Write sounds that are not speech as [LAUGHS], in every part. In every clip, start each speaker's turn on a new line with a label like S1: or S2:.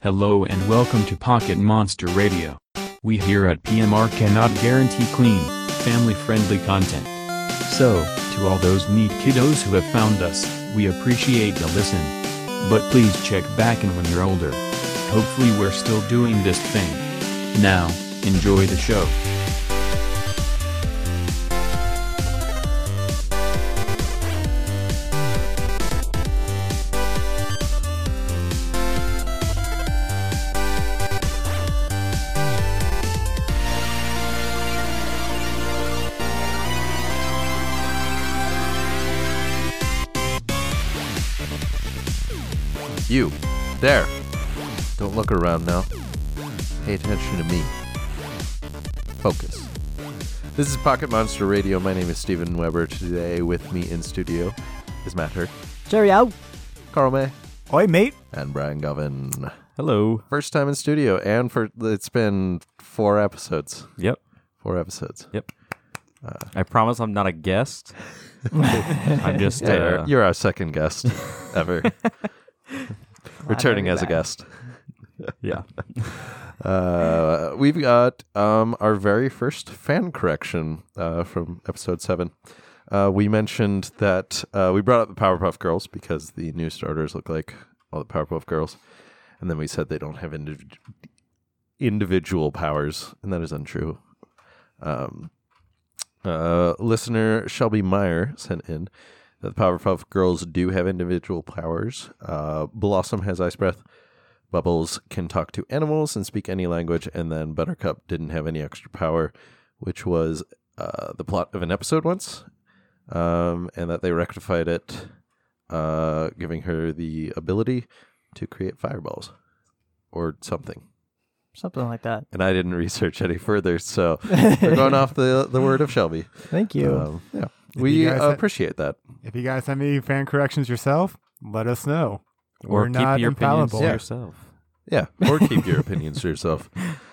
S1: Hello and welcome to Pocket Monster Radio. We here at PMR cannot guarantee clean, family friendly content. So, to all those neat kiddos who have found us, we appreciate the listen. But please check back in when you're older. Hopefully, we're still doing this thing. Now, enjoy the show.
S2: You. There. Don't look around now. Pay attention to me. Focus. This is Pocket Monster Radio. My name is Steven Weber. Today with me in studio is Matt Hurt,
S3: Cheerio.
S2: Carl May,
S4: Oi, mate.
S2: and Brian Govan.
S4: Hello.
S2: First time in studio, and for it's been four episodes.
S5: Yep.
S2: Four episodes.
S5: Yep. I promise I'm not a guest. I'm just
S2: Yeah,
S5: uh,
S2: you're, you're our second guest ever. Returning as a guest.
S5: yeah.
S2: Uh, we've got um, our very first fan correction uh, from episode seven. Uh, we mentioned that uh, we brought up the Powerpuff Girls because the new starters look like all the Powerpuff Girls, and then we said they don't have indiv- individual powers, and that is untrue. Um, uh, listener Shelby Meyer sent in that the Powerpuff Girls do have individual powers. Uh, Blossom has ice breath. Bubbles can talk to animals and speak any language, and then Buttercup didn't have any extra power, which was uh, the plot of an episode once, um, and that they rectified it, uh, giving her the ability to create fireballs or something.
S3: Something like that.
S2: And I didn't [LAUGHS] research any further, so we're going off the the word of Shelby.
S3: Thank you.
S2: Um, yeah,
S4: you
S2: we
S4: guys had-
S2: appreciate that.
S4: If you guys have any fan corrections yourself, let us know.
S5: Or
S4: We're
S5: keep
S4: not
S5: your
S4: infallible.
S5: opinions to
S2: Yeah.
S5: yourself.
S2: Yeah, or keep your opinions to yourself.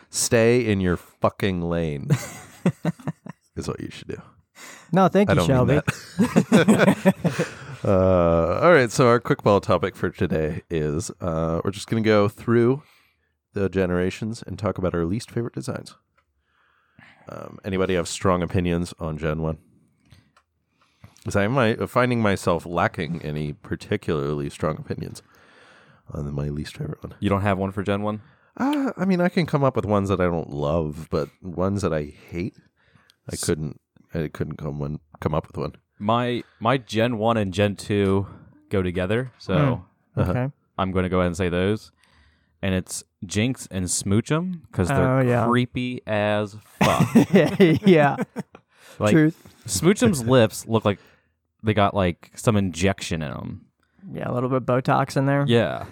S2: Stay in your fucking lane is what you should do.
S3: no, thank
S2: I
S3: you,
S2: don't mean
S3: Shelby.
S2: that. [LAUGHS] uh, all right, so our quick ball topic for today is uh, we're just going to go through the generations and talk about our least favorite designs. Um, anybody have strong opinions on Gen One? Because I'm my, uh, finding myself lacking any particularly strong opinions on my least favorite one.
S5: You don't have one for Gen 1?
S2: Uh, I mean, I can come up with ones that I don't love, but ones that I hate, I couldn't. I couldn't come one come up with one.
S5: My my Gen 1 and Gen 2 go together, so
S2: Uh-huh.
S3: Okay. [LAUGHS]
S5: I'm going to go ahead and say those. And it's Jinx and Smoochum because they're
S3: Oh, yeah.
S5: creepy as fuck.
S2: [LAUGHS]
S3: yeah.
S5: like
S3: Truth.
S5: Smoochum's lips look like they got like some injection in them.
S3: Yeah, a little bit of Botox in there.
S5: Yeah,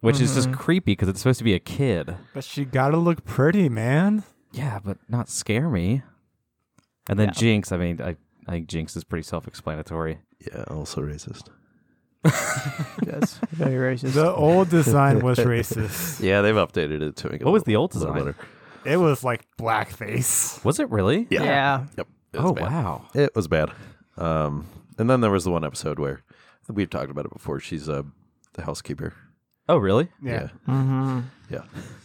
S5: which is just creepy because it's supposed to be a kid.
S4: But she gotta look pretty, man.
S5: Yeah, but not scare me. And then
S3: Yeah.
S5: Jinx, I mean, I, I think Jinx is pretty self explanatory.
S2: Yeah, also racist.
S3: Yes. Very racist.
S4: The old
S5: [LAUGHS]
S4: design was racist.
S2: Yeah, they've updated it to make it
S5: What was
S2: a
S5: the old
S2: little
S5: design?
S2: better.
S4: It was like blackface.
S5: Was it really?
S2: [LAUGHS] Yeah.
S3: yeah.
S2: Yep. It was
S5: Oh,
S2: bad.
S5: wow.
S2: It was bad. Um, and then there was the one episode where we've talked about it before. She's a the housekeeper.
S5: Oh, really?
S4: Yeah.
S3: Mm-hmm.
S2: Yeah.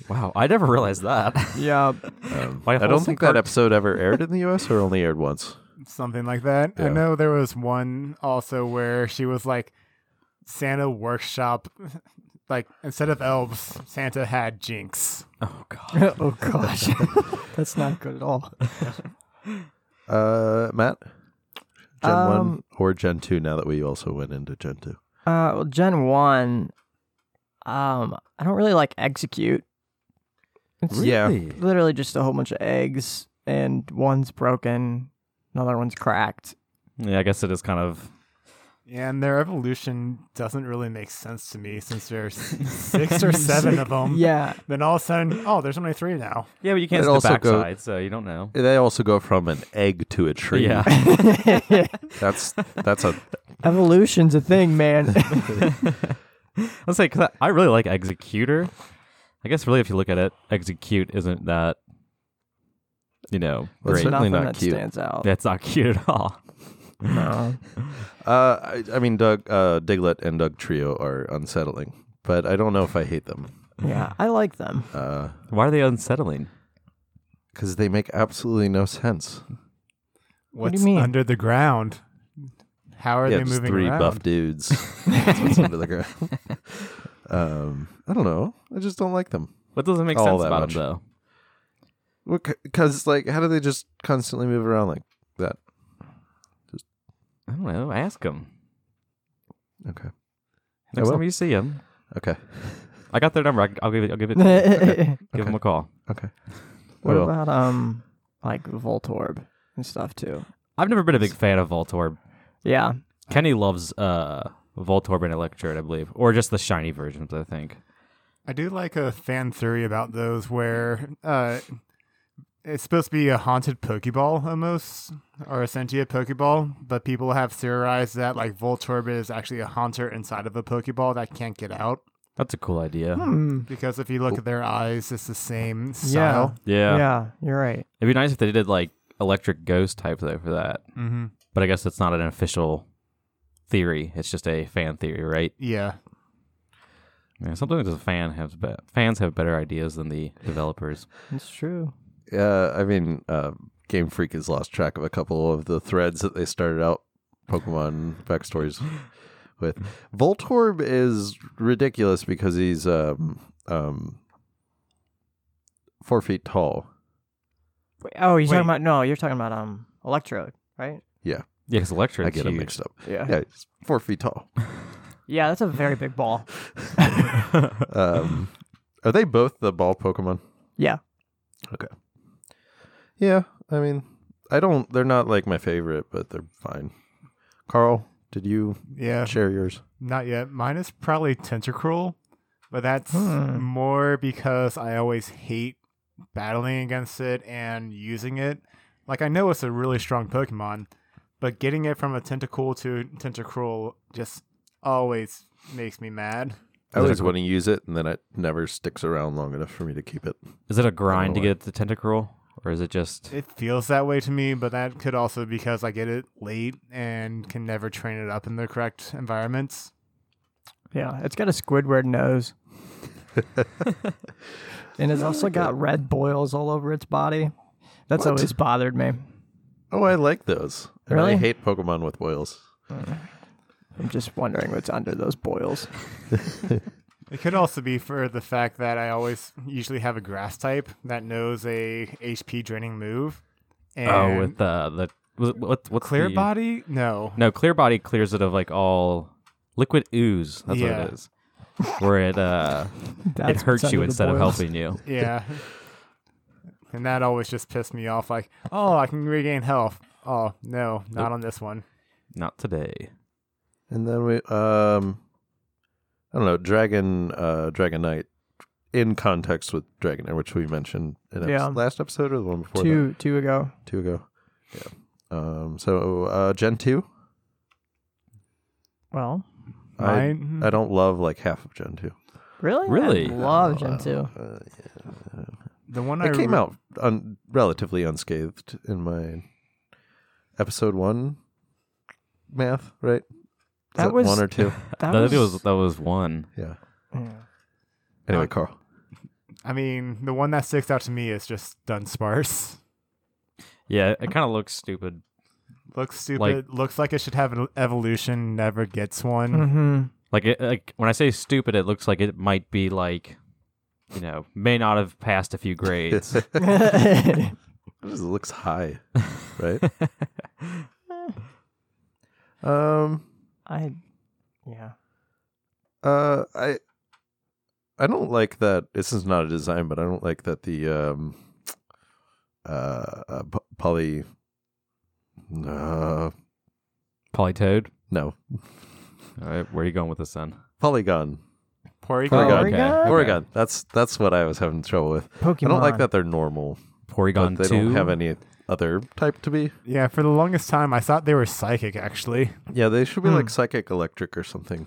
S5: Wow. I never realized [LAUGHS] that.
S3: Yeah.
S2: Um,
S5: My
S2: I don't
S5: wholesome
S2: think that
S5: part-
S2: episode ever aired in the U.S. or only aired once.
S4: Something like that. I
S2: Yeah.
S4: know there was one also where she was like Santa workshop like instead of elves, Santa had jinx.
S5: Oh, God.
S3: [LAUGHS] oh gosh. [LAUGHS] That's not good at all.
S2: Uh, Matt, Gen one
S3: Um,
S2: or Gen two? Now that we also went into Gen two.
S3: Uh, well, Gen One. Um, I don't really like execute. It's
S2: Yeah.
S5: Really?
S3: literally just a whole bunch of eggs, and one's broken, another one's cracked.
S5: Yeah, I guess it is kind of.
S4: And their evolution doesn't really make sense to me
S5: [LAUGHS]
S4: since there's six or seven of them.
S3: Yeah. [LAUGHS]
S4: Then all of a sudden, oh, there's only three now.
S5: Yeah, but you
S2: It
S5: can't see the
S2: also go-
S5: backside, so you don't know.
S2: They also go from an egg to a tree.
S5: [LAUGHS] Yeah.
S2: [LAUGHS] that's that's a
S3: Evolution's a thing, man.
S5: Let's say, because I, I really like Executor. I guess, really, if you look at it, Execute isn't that, you know,
S2: Well, it's
S5: great.
S2: not- [LAUGHS] Certainly
S3: Nothing that
S2: cute.
S3: stands out.
S5: That's not [LAUGHS] cute at all.
S3: No.
S2: Uh, I, I mean, Doug, uh, Diglett and Doug Trio are unsettling, but I don't know if I hate them.
S3: Yeah, I like them.
S2: because
S5: Why are they unsettling?
S2: they make absolutely no sense.
S3: What
S4: What's
S3: do you mean?
S4: under the ground? How are
S2: yeah,
S4: they
S2: just
S4: moving
S2: three
S4: around?
S2: buff dudes. That's what's under the ground. [LAUGHS] um, I don't know. I just don't like them.
S5: What doesn't make
S2: All
S5: sense
S2: that
S5: about
S2: much.
S5: them though?
S2: Because like, how do they just constantly move around like that?
S5: I don't know. Ask them.
S2: Okay. I
S5: Next
S2: will.
S5: time you see them,
S2: Okay.
S5: I got their number. I- I'll give it. I'll give it. give
S3: [LAUGHS] what
S5: them a call.
S2: Okay. Well,
S3: about um like Voltorb and stuff too?
S5: I've never been a big fan of Voltorb.
S3: Yeah.
S5: Kenny loves uh Voltorb and Electrode, I believe, or just the shiny versions. I think.
S4: I do like a fan theory about those where uh, it's supposed to be a haunted Pokeball almost, or a sentient Pokeball, but people have theorized that like Voltorb is actually a haunter inside of a Pokeball that can't get out
S5: That's a cool idea.
S3: Hmm.
S4: because if you look at their eyes, it's the same style.
S5: Yeah.
S3: Yeah, you're right.
S5: It'd be nice if they did like electric ghost type though for that.
S4: Mm-hmm.
S5: But I guess it's not an official theory. It's just a fan theory, right?
S4: Yeah.
S5: Yeah, sometimes the fan has be- fans have better ideas than the developers.
S3: It's true.
S2: Yeah, I mean, uh, Game Freak has lost track of a couple of the threads that they started out Pokemon backstories with. Voltorb is ridiculous because he's um, um, four feet tall.
S3: Wait, oh, you're
S4: Wait.
S3: talking about no, you're talking about um Electrode, right?
S5: Yeah, because Electrode's
S2: I get him
S5: huge.
S2: mixed up. Yeah, he's four feet tall.
S3: Yeah, that's a very big ball.
S2: Um, are they both the ball Pokemon?
S3: Yeah.
S2: Okay. Yeah, I mean, I don't. They're not like my favorite, but they're fine. Carl, did you
S4: Yeah.
S2: share yours?
S4: Not yet. Mine is probably Tentacruel, but that's
S3: Hmm.
S4: more because I always hate battling against it and using it. Like I know it's a really strong Pokemon, but getting it from a Tentacool to Tentacruel just always makes me mad.
S2: I always want to use it, and then it never sticks around long enough for me to keep it.
S5: Is it a grind to
S2: why.
S5: get the tentacruel, or is it just?
S4: It feels that way to me, but that could also be because I get it late and can never train it up in the correct environments.
S3: Yeah, it's got a
S2: [LAUGHS]
S3: Squidward nose. and it's also got red boils all over its body. That's
S2: What?
S3: always bothered me.
S2: Oh, I like those. And I
S3: Really?
S2: hate Pokemon with boils.
S3: I'm just wondering what's under those boils.
S4: It could also be for the fact that I always usually have a grass type that knows a HP draining move. And
S5: Oh, with uh, the what, what what's
S4: clear
S5: the-
S4: body? No.
S5: No, clear body clears it of like all liquid ooze. That's
S4: Yeah.
S5: what it is. Where it uh,
S2: [LAUGHS]
S5: it
S3: That's what's
S5: hurts you
S3: under the
S5: instead of
S3: boils.
S5: helping you.
S4: Yeah. and that always just pissed me off. Like, oh, I can regain health. Oh no, not on this one.
S5: Not today.
S2: And then we, um, I don't know, Dragon, uh, Dragonite, in context with Dragonair, which we mentioned in epi-
S3: Yeah.
S2: last episode or the one before
S3: Two two ago.
S2: that? two ago. Yeah. Um. So uh, Gen two.
S3: Well,
S2: I, uh,
S4: Mine.
S2: I don't love like half of Gen two. Uh,
S3: really?
S5: Really?
S3: I love Gen 2.
S4: the one I
S2: It came
S4: re-
S2: out un- relatively unscathed in my episode one math, right? Is
S3: That was-
S2: one or
S3: [LAUGHS]
S2: two.
S3: That
S5: That was, that was one.
S2: Yeah.
S3: Yeah.
S2: Anyway, Carl.
S4: I mean, the one that sticks out to me is just Dunsparce.
S5: Yeah, it kind of looks stupid.
S4: [LAUGHS] Looks stupid. Looks like it should have an evolution. Never gets one.
S2: Hmm.
S3: Mm-hmm.
S5: Like it, like when I say stupid, it looks like it might be like, you know, may not have passed a few
S2: [LAUGHS]
S5: grades.
S2: It just looks high,
S3: [LAUGHS]
S2: right? um.
S3: I, yeah.
S2: Uh. I. I don't like that. This is not a design, but I don't like that the um. Uh, uh p- poly. Uh,
S5: Polytoad.
S2: no,
S5: All right, where are you going with this then?
S2: polygon.
S4: Porygon.
S2: Porygon.
S5: Okay.
S3: Porygon?
S5: okay.
S2: Oregon. That's that's what I was having trouble with.
S3: Pokemon.
S2: I don't like that they're normal,
S5: Porygon
S2: but they
S5: 2.
S2: don't have any other type to be.
S4: Yeah, for the longest time, I thought they were psychic. Actually.
S2: Yeah, they should be like psychic electric or something.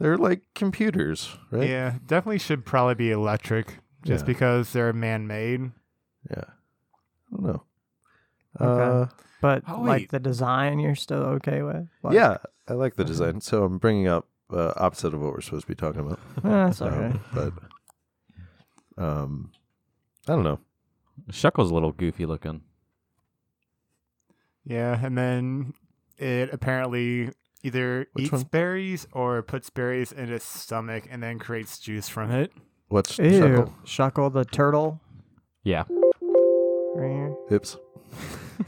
S2: They're like computers, right?
S4: Yeah, definitely should probably be electric, just
S2: Yeah.
S4: because they're man-made.
S2: Yeah. I don't know.
S3: Okay. But
S4: Oh,
S3: like
S4: wait.
S3: the design, you're still okay with?
S2: Uh,
S3: Like,
S2: yeah, I like the design. So I'm bringing up uh, opposite of what we're supposed to be talking about.
S3: eh, it's
S2: Um,
S3: okay.
S2: but Um, I don't know.
S5: Shuckle's a little goofy looking.
S4: Yeah, and then it apparently either
S2: Which
S4: eats
S2: one?
S4: berries or puts berries in its stomach and then creates juice from it.
S2: What's
S3: Ew.
S2: Shuckle?
S3: Shuckle the turtle.
S5: Yeah.
S3: Right here.
S2: Oops.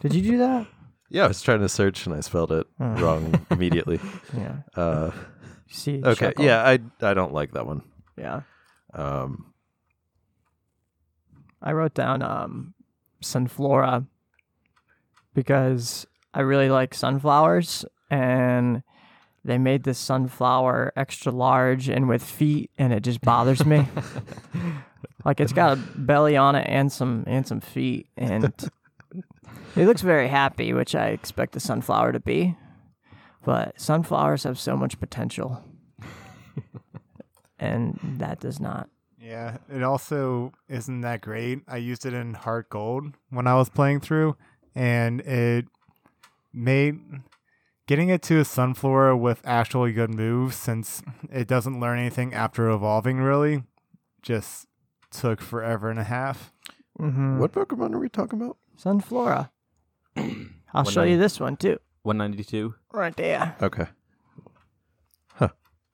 S3: Did you do that? [LAUGHS]
S2: Yeah, I was trying to search and I spelled it
S3: Oh.
S2: wrong immediately.
S3: Yeah.
S2: Uh,
S3: See.
S2: okay,
S3: Shuckle.
S2: yeah, I I don't like that one.
S3: Yeah.
S2: Um,
S3: I wrote down um, sunflora because I really like sunflowers, and they made this sunflower extra large and with feet, and it just bothers me. like it's got a belly on it and some and some feet, and it looks very happy, which I expect a sunflower to be. But sunflowers have so much potential, and that does not.
S4: Yeah, it also isn't that great. I used it in Heart Gold when I was playing through, and it made getting it to a Sunflora with actually good moves, since it doesn't learn anything after evolving, really, just took forever and a half.
S3: Mm-hmm.
S2: what Pokemon are we talking about?
S3: Sunflora. I'll
S5: One
S3: show you
S5: night.
S3: this one too.
S5: 192.
S3: Right there.
S2: Okay,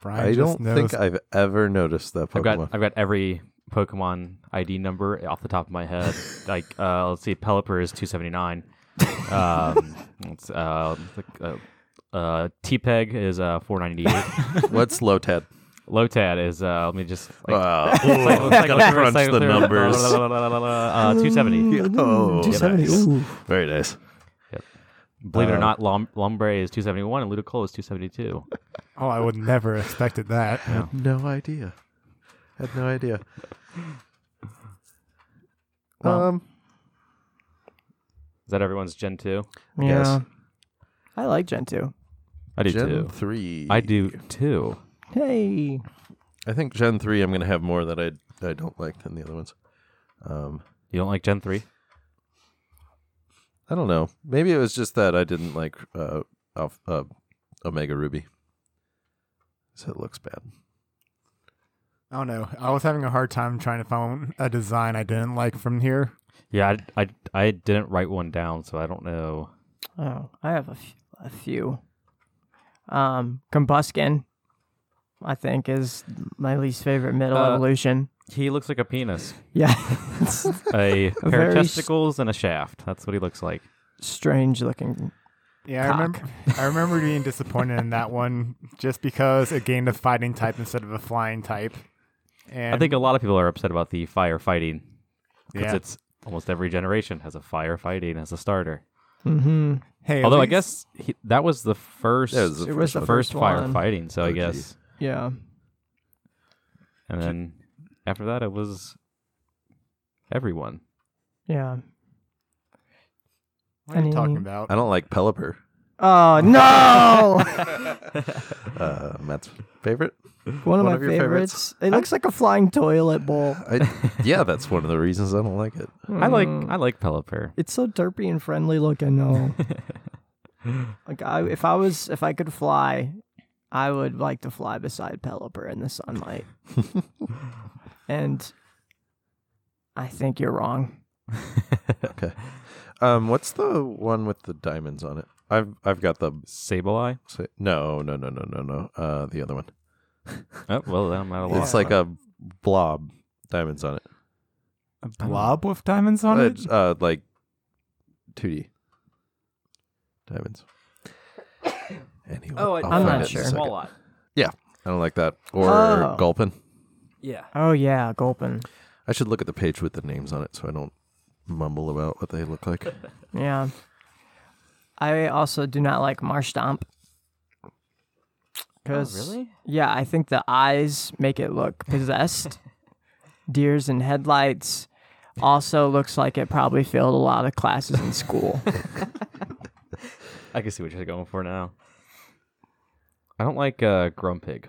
S4: Brian
S2: I,
S4: just
S2: don't
S4: knows
S2: think I've ever noticed that
S5: I've
S2: Pokemon.
S5: got I've got every Pokemon ID number off the top of
S2: [LAUGHS]
S5: my head. like uh, let's see, Pelipper is 279. Um, it's, uh, like, uh, uh, T-Peg is uh,
S2: [LAUGHS]
S5: 498.
S2: What's Lotad?
S5: Lotad is uh, let me just [LAUGHS] like, [LAUGHS]
S2: Wow. [LAUGHS]
S5: cycle-
S2: Gotta
S5: cycle through-
S2: crunch
S5: cycle
S2: the
S5: through- [LAUGHS]
S2: numbers.
S5: la, la, la, la, la, la, uh,
S2: [LAUGHS]
S5: 270.
S2: Oh, nice.
S3: ooh.
S2: Very nice.
S5: Believe it
S2: Uh,
S5: or not, Lom- Lombre is 271 and Ludicolo is 272.
S4: Oh, I would never expected that.
S2: No idea. Had no idea.
S3: Well,
S2: um,
S5: Is that everyone's Gen 2?
S2: I guess.
S3: Yeah. I like Gen 2.
S5: I do
S2: Gen
S5: too.
S2: three.
S5: I do too.
S3: Hey.
S2: I think Gen three. I'm gonna have more that I I don't like than the other ones. Um,
S5: You don't like Gen 3?
S2: I don't know. Maybe it was just that I didn't like uh, Alpha, uh Omega Ruby. So it looks bad.
S4: I don't know. Oh, I was having a hard time trying to find a design I didn't like from here.
S5: Yeah, I, I, I didn't write one down, so I don't know.
S3: Oh, I have a, f- a few. Um, Combuskin, I think, is my least favorite middle
S5: Uh,
S3: evolution.
S5: He looks like a penis.
S3: Yeah. It's
S5: a pair
S3: very
S5: of
S3: s-
S5: testicles and a shaft. That's what he looks like.
S3: [LAUGHS] strange looking.
S4: Yeah,
S3: Cock.
S4: I remember. I remember being disappointed in that one just because it gained a fighting type instead of a flying type. And
S5: I think a lot of people are upset about the firefighting because
S4: yeah.
S5: it's almost every generation has a firefighting as a starter.
S3: Mm-hmm.
S4: hey, at
S5: Although I
S4: least-
S5: guess he, that was the first
S2: Yeah, it was the Oh,
S3: It
S2: first
S3: was the
S2: one.
S5: first,
S3: first one.
S5: firefighting, so I
S2: OG.
S5: guess.
S3: Yeah.
S5: And then after that it was everyone.
S3: Yeah.
S4: What are you talking
S3: Any-
S4: about?
S2: I don't like Pelipper.
S3: Oh, [LAUGHS] no.
S2: Uh, Matt's favorite.
S3: one
S2: One
S3: of my
S2: of your favorites.
S3: favorites. It looks like a flying toilet bowl.
S2: I, yeah, that's one of the reasons I don't like it.
S5: I like I like Pelipper.
S3: It's so derpy and friendly looking though. like I, if I was, if I could fly, I would like to fly beside Pelipper in the sunlight. and I think you're wrong.
S2: Okay. Um, what's the one with the diamonds on it? I've I've got the
S5: Sableye?
S2: say- no no no no no no uh the other one.
S5: Oh well then I'm out of luck.
S2: It's like a blob, diamonds on it.
S4: a blob with diamonds on it.
S2: It's, uh, like two D diamonds. Anyway,
S5: Oh, I-
S2: I'll find
S3: I'm not
S2: it in a
S3: sure.
S2: second.
S5: Small lot.
S2: I don't like that or
S3: Oh.
S2: gulpin.
S5: Yeah.
S3: Oh yeah, Gulpin.
S2: I should look at the page with the names on it so I don't mumble about what they look like.
S3: Yeah. I also do not like Marshtomp. Because
S5: really?
S3: Yeah, I think the eyes make it look possessed. Deers and headlights also looks like it probably failed a lot of classes in school.
S5: I can see what you're going for now. I don't like uh, Grumpig.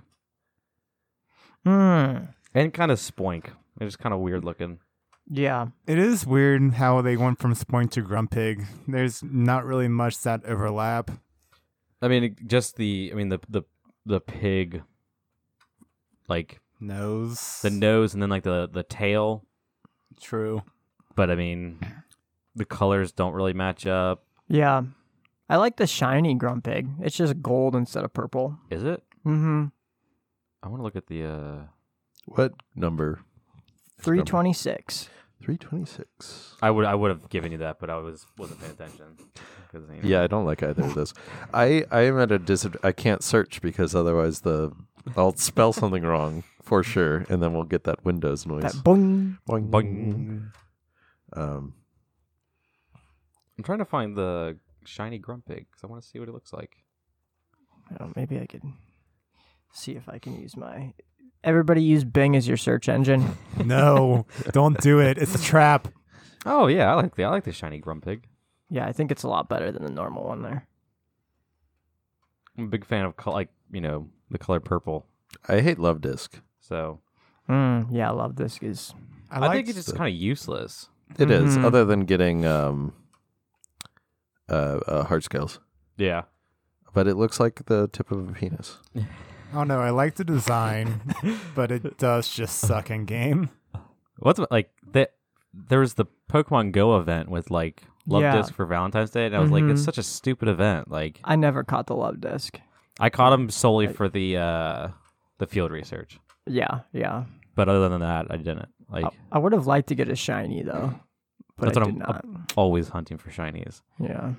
S3: Hmm.
S5: And kind of Spoink. They're just kind of weird looking.
S3: Yeah.
S4: It is weird how they went from Spoink to Grumpig. There's not really much that overlap.
S5: I mean, it- just the I mean the the the pig, like
S4: Nose.
S5: the nose, and then like the the tail
S4: True.
S5: But I mean, the colors don't really match up.
S3: Yeah. I like the shiny Grumpig. It's just gold instead of purple.
S5: Is it?
S3: Mm-hmm.
S5: I want to look at the. uh
S2: What number?
S3: 326.
S2: 326.
S5: I would I would have given you that, but I was wasn't paying attention. 'Cause, you know.
S2: Yeah, I don't like either of those. I I am at a disadvantage. I can't search because otherwise the I'll spell something wrong for sure, and then we'll get that Windows noise.
S3: That boing.
S2: Boing.
S5: Boing.
S2: Um,
S5: I'm trying to find the shiny Grumpig because I want to see what it looks like.
S3: Oh, maybe I could see if I can use my. Everybody use Bing as your search engine.
S4: No, don't do it. It's a trap.
S5: Oh yeah, I like the I like the shiny Grumpig.
S3: Yeah, I think it's a lot better than the normal one there.
S5: I'm a big fan of col- like you know the color purple.
S2: I hate Love Disc.
S5: So
S3: Mm, yeah, I love this. Is
S4: I,
S5: I,
S4: like
S5: think it's just kind of useless.
S2: It is,
S3: Mhm.
S2: other than getting um, uh, uh, hard scales.
S5: Yeah.
S2: But it looks like the tip of a penis.
S4: Oh no, I like the [LAUGHS] design, but it does just suck in game.
S5: What's like that? There was the Pokemon Go event with like Love
S3: Yeah.
S5: Disc for Valentine's Day, and I was like, it's
S3: Mhm.
S5: such a stupid event. Like
S3: I never caught the love disc.
S5: I caught him solely for the uh the field research,
S3: Yeah, yeah.
S5: but other than that, I didn't. Like
S3: I would have liked to get a shiny though, but
S5: That's
S3: I
S5: what
S3: did
S5: I'm-
S3: not.
S5: always hunting for shinies.
S3: yeah.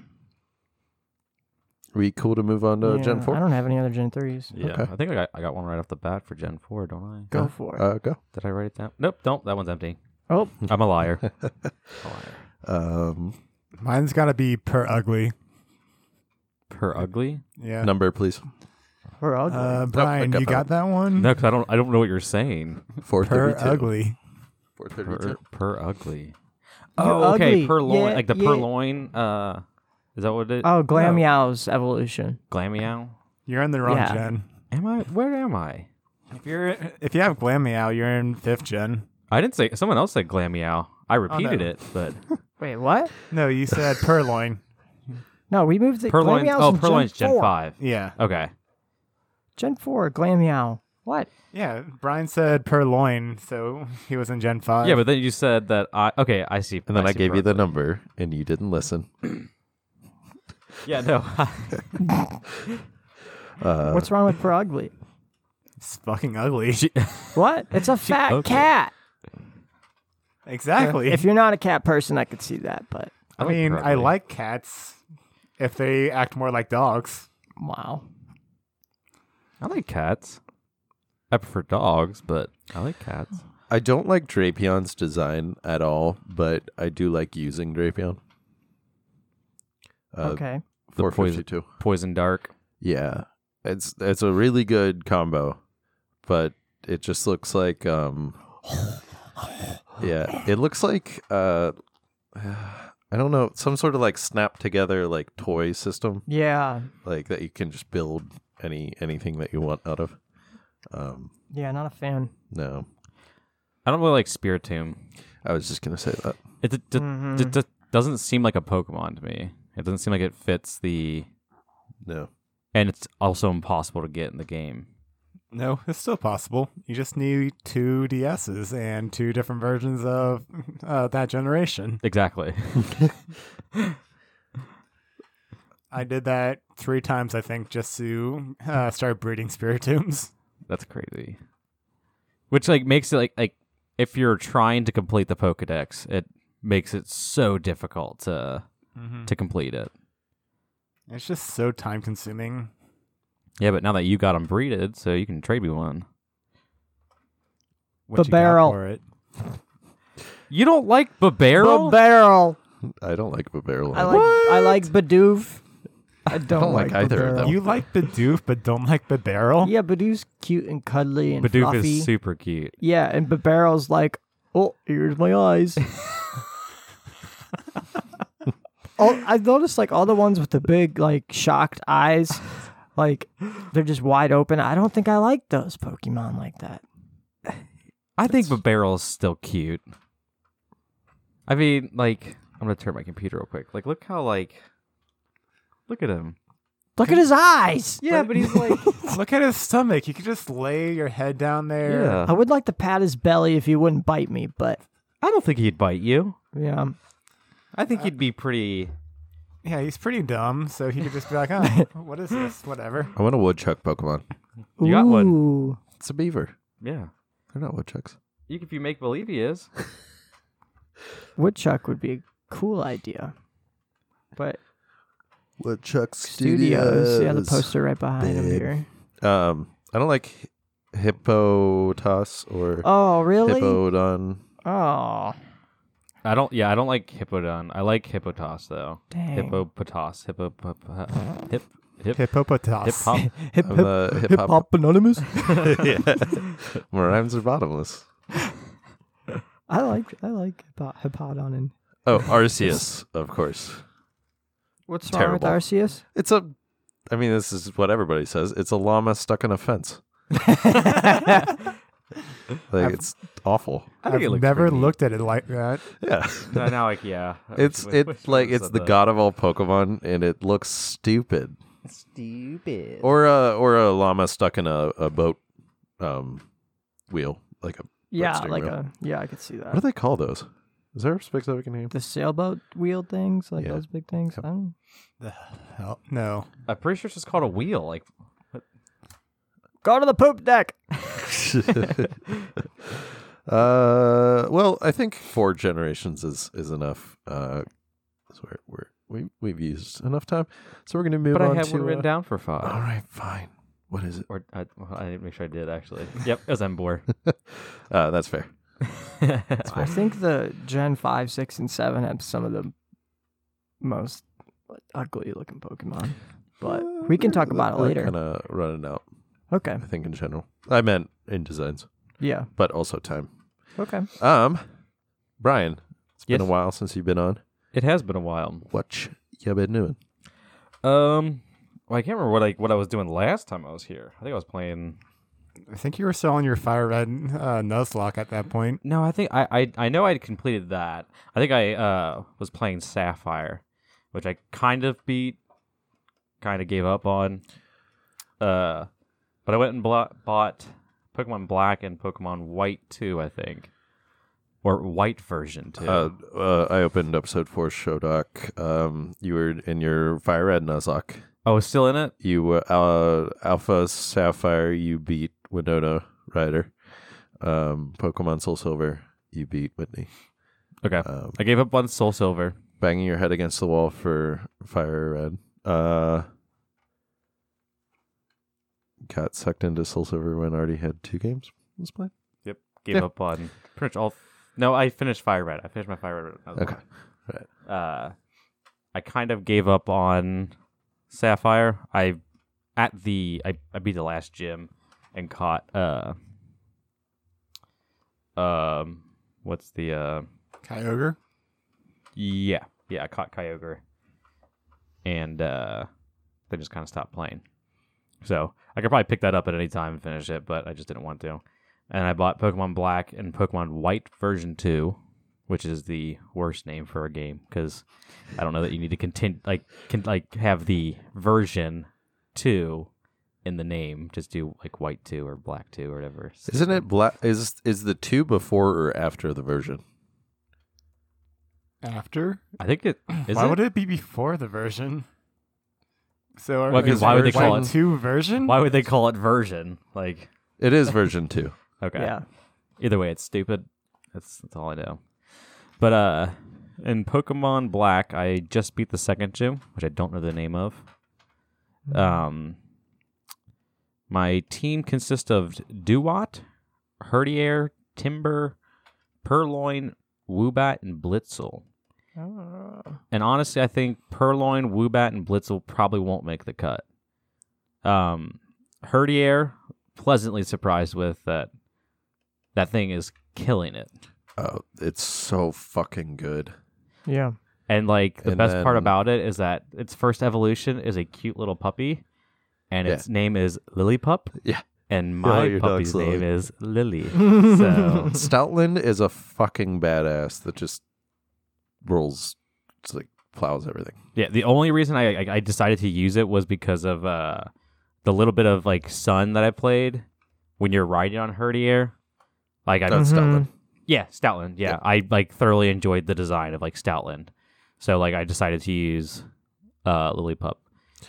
S2: Are we cool to move on to
S3: Yeah,
S2: Gen
S3: I
S2: 4?
S3: don't have any other Gen threes.
S5: Yeah,
S2: Okay.
S5: I think I got I got one right off the bat for Gen Four, don't I?
S3: Go for it.
S2: Uh, go.
S5: Did I write it down? Nope, don't. That one's empty.
S3: oh,
S5: I'm a liar.
S2: Um,
S4: Mine's got to be per ugly.
S5: Per ugly?
S4: Yeah.
S2: number, please.
S3: we're ugly.
S4: Uh,
S2: I
S4: Brian,
S2: got
S4: you got that one?
S5: No, because I don't I don't know what you're saying.
S4: Per
S2: 432.
S4: ugly.
S5: Per,
S2: 432.
S5: per ugly.
S3: You're ugly.
S5: oh, Purloin,
S3: Yeah,
S5: like the
S3: yeah.
S5: purloin. Uh, is that what it?
S3: oh,
S5: no.
S3: Glammeow's evolution.
S5: Glammeow.
S4: You're in the wrong
S3: Yeah.
S4: gen.
S5: Am I? Where am I?
S4: If you're if you have Glammeow, you're in fifth gen.
S5: I didn't say. Someone else said Glammeow. I repeated
S4: Oh, no.
S5: it,
S3: [LAUGHS]
S5: but
S3: Wait, what?
S4: No, you said purloin.
S3: No, we moved the
S5: purloin.
S3: Glammeow's
S5: Oh,
S3: in
S5: purloin's
S3: Gen,
S5: Gen,
S3: four.
S5: Five.
S4: Yeah.
S5: Okay.
S3: Gen four, Glammeow. What?
S4: Yeah. Brian said purloin, so he was in Gen 5.
S5: Yeah, but then you said that I. Okay, I see.
S2: And then I,
S5: see
S2: gave you the
S5: purloin.
S2: number, and you didn't listen.
S5: Yeah, no. [LAUGHS] Uh,
S3: What's wrong with per ugly?
S4: it's fucking ugly.
S3: What? It's
S5: [LAUGHS]
S3: a fat
S5: okay.
S3: cat.
S4: exactly.
S3: If you're not a cat person, I could see that, but
S4: I mean,
S5: per
S4: I
S5: ugly.
S4: like cats if they act more like dogs.
S3: wow.
S5: I like cats. I prefer dogs, but I like cats.
S2: I don't like Drapion's design at all, but I do like using Drapion. Uh,
S3: okay.
S5: The poison,
S2: 452.
S5: poison dark.
S2: Yeah. It's it's a really good combo, but it just looks like
S5: [SIGHS]
S2: um Yeah, it looks like uh [SIGHS] I don't know, some sort of like snap together like toy system
S3: Yeah.
S2: like that you can just build any anything that you want out of. Um
S3: Yeah, not a fan.
S2: no.
S5: I don't really like Spiritomb.
S2: I was just going to say that.
S5: It d- d-
S3: Mm-hmm.
S5: d- d- doesn't seem like a Pokemon to me. It doesn't seem like it fits the,
S2: No.
S5: and it's also impossible to get in the game.
S4: No, it's still possible. You just need two DSs and two different versions of uh, that generation.
S5: Exactly. [LAUGHS]
S4: I did that three times, I think, just to uh, start breeding spiritombs.
S5: That's crazy. Which like makes it like like if you're trying to complete the Pokedex, it makes it so difficult to to complete it.
S4: It's just so time consuming.
S5: Yeah, but now that you got them breeded, so you can trade me one.
S4: What
S3: The
S4: you got
S3: barrel.
S4: for it.
S5: You don't like Babarel?
S3: barrel.
S2: I don't like Babarel.
S3: I like I like Bidoof.
S2: [LAUGHS]
S3: I don't,
S2: I don't like either of
S3: Barrel.
S2: them.
S4: You like Bidoof, but don't like Bibarrel?
S3: Yeah, Bidoof's cute and cuddly and
S5: Bidoof
S3: fluffy.
S5: is super cute.
S3: yeah, and Bibarrel's like, oh, here's
S2: [LAUGHS]
S3: my eyes. [LAUGHS] all, I noticed like all the ones with the big like shocked eyes, like they're just wide open. I don't think I like those Pokemon like that.
S5: I think Babarel is still cute. I mean, like I'm gonna turn my computer real quick. Like, look how like, look at him.
S3: Look at his eyes.
S5: Yeah,
S3: [LAUGHS]
S5: but he's like,
S4: [LAUGHS] Look at his stomach. You could just lay your head down there.
S5: yeah.
S3: I would like to pat his belly if he wouldn't bite me, but
S5: I don't think he'd bite you.
S3: Yeah.
S5: I think he'd be pretty.
S4: Yeah, he's pretty dumb, so he could just be
S5: [LAUGHS]
S4: like, "Oh, what is this? Whatever."
S2: I want a woodchuck Pokemon.
S5: You got one.
S3: Ooh.
S2: It's a beaver.
S5: Yeah.
S2: They're not woodchucks.
S5: You, if you make believe he is.
S3: Woodchuck would be a cool idea. But
S2: Woodchuck
S3: studios, yeah, the poster right behind him
S2: Babe.
S3: here.
S2: Um, I don't like hi- hippotas or
S3: Oh, really?
S2: hippodon.
S3: Oh,
S5: I don't. Yeah, I don't like hippodon. I like hippotas though.
S3: dang.
S5: Hippopotas. Hippo. hip- Hip. Hip. Hip. Hip.
S4: Hippopotas.
S5: Hop.
S3: hip
S2: I'm a hip hop.
S3: anonymous.
S2: [LAUGHS] yeah. My rhymes are bottomless.
S3: I like I like hippo- hippodon and
S2: Oh, Arceus, of course.
S3: what's
S2: wrong with
S3: wrong with Arceus?
S2: It's a. I mean, this is what everybody says. It's a llama stuck in a fence. Like it's awful.
S5: I think it
S4: I've
S5: looks
S4: never
S5: pretty neat.
S4: looked at it like that.
S2: Yeah.
S5: No, now, like, yeah. I
S2: It's
S5: wish- wish
S2: it
S5: I
S2: like
S5: would've
S2: it's
S5: said
S2: the
S5: that.
S2: god of all Pokemon, and it looks stupid.
S5: Stupid.
S2: Or a or a llama stuck in a, a boat, um, wheel. Like a
S3: yeah,
S2: steering
S3: like
S2: wheel.
S3: a yeah, I could see that.
S2: what do they call those? Is there a specific
S5: [LAUGHS]
S2: name? [LAUGHS]
S3: the sailboat wheel things, like
S2: Yeah.
S3: those big things. I don't-
S4: Hell, no.
S5: I'm pretty sure it's just called a wheel. Like,
S3: Go to the poop deck.
S2: uh, well, I think four generations is is enough. Uh, so we're, we're we we've used enough time, so we're gonna move
S5: but
S2: on
S5: I have
S2: to.
S5: one written
S2: uh,
S5: down for five.
S2: All [LAUGHS] right, fine. What is it?
S5: Or I, well, I need to make sure I did actually. Yep, it was Embor.
S2: Uh, that's
S5: [LAUGHS]
S2: fair.
S3: I think the Gen five, six, and seven have some of the most ugly looking Pokemon, but we can talk about it later.
S2: Kind of running out,
S3: Okay.
S2: I think in general. I meant in designs,
S3: Yeah.
S2: but also time.
S3: Okay.
S2: Um, Brian, it's
S5: Yes?
S2: been a while since you've been on.
S5: it has been a while.
S2: What you been doing?
S5: Um, well, I can't remember what I what I was doing last time I was here. I think I was playing.
S4: I think you were selling your fire red uh, Nuzlocke at that point.
S5: No, I think I I, I know I completed that. I think I uh was playing Sapphire, which I kind of beat, kind of gave up on. Uh, but I went and blo- bought Pokemon Black and Pokemon White too. I think, or White version too.
S2: Uh, uh, I opened episode four show doc. Um, you were in your fire red Nuzlocke.
S5: I was Oh, still in it.
S2: You were uh, Alpha Sapphire. You beat Winona Ryder. Um, Pokemon Soul Silver. You beat Whitney.
S5: Okay,
S2: Um,
S5: I gave up on Soul Silver.
S2: banging your head against the wall for fire red. Uh, got sucked into Soul Silver when I already had two games. Let's play.
S5: Yep. Gave up on pretty much all. No, I finished Fire Red. I finished my Fire Red. That was
S2: Okay.
S5: fine. Uh, I kind of gave up on Sapphire. I at the I, I beat the last gym and caught uh um what's the uh
S4: Kyogre.
S5: yeah yeah I caught Kyogre and uh then just kind of stopped playing. So I could probably pick that up at any time and finish it, but I just didn't want to. And I bought Pokemon Black and Pokemon White version two, which is the worst name for a game because I don't know that you need to continue like can like have the version two in the name. Just do like White two or Black two or whatever.
S2: Isn't it black? Is is the two before or after the version?
S4: After?
S5: I think it is.
S4: why
S5: it?
S4: would it be before the version? So are,
S5: Well, 'cause
S4: is
S5: why would they
S4: version
S5: call it-
S4: two version?
S5: Why would they call it version? Like
S2: It is version two.
S5: okay.
S3: Yeah.
S5: either way it's stupid that's that's all i know but uh in pokemon black i just beat the second gym which i don't know the name of um my team consists of duat herdier timber purloin woobat and blitzel and honestly, I think Purloin, Woobat, and Blitzel probably won't make the cut. Um, Herdier, pleasantly surprised with that. That thing is killing it.
S2: [LAUGHS] Oh, it's so fucking good.
S3: Yeah.
S5: And like the
S2: And
S5: best part
S2: then-
S5: about it is that its first evolution is a cute little puppy, and
S2: Yeah.
S5: its name is Lillipup.
S2: Yeah.
S5: And
S2: Oh,
S5: my
S2: your dog's
S5: puppy's name
S2: Lily.
S5: is
S2: [LAUGHS]
S5: Lily. so
S2: Stoutland is a fucking badass that just rolls, just like plows everything.
S5: Yeah, the only reason I, I I decided to use it was because of uh, the little bit of like sun that I played when you're riding on Herdier. Like I
S2: That's
S3: Mhm.
S2: Oh, Stoutland.
S5: Yeah, Stoutland. Yeah. I like thoroughly enjoyed the design of like Stoutland. So like I decided to use uh Lillipup.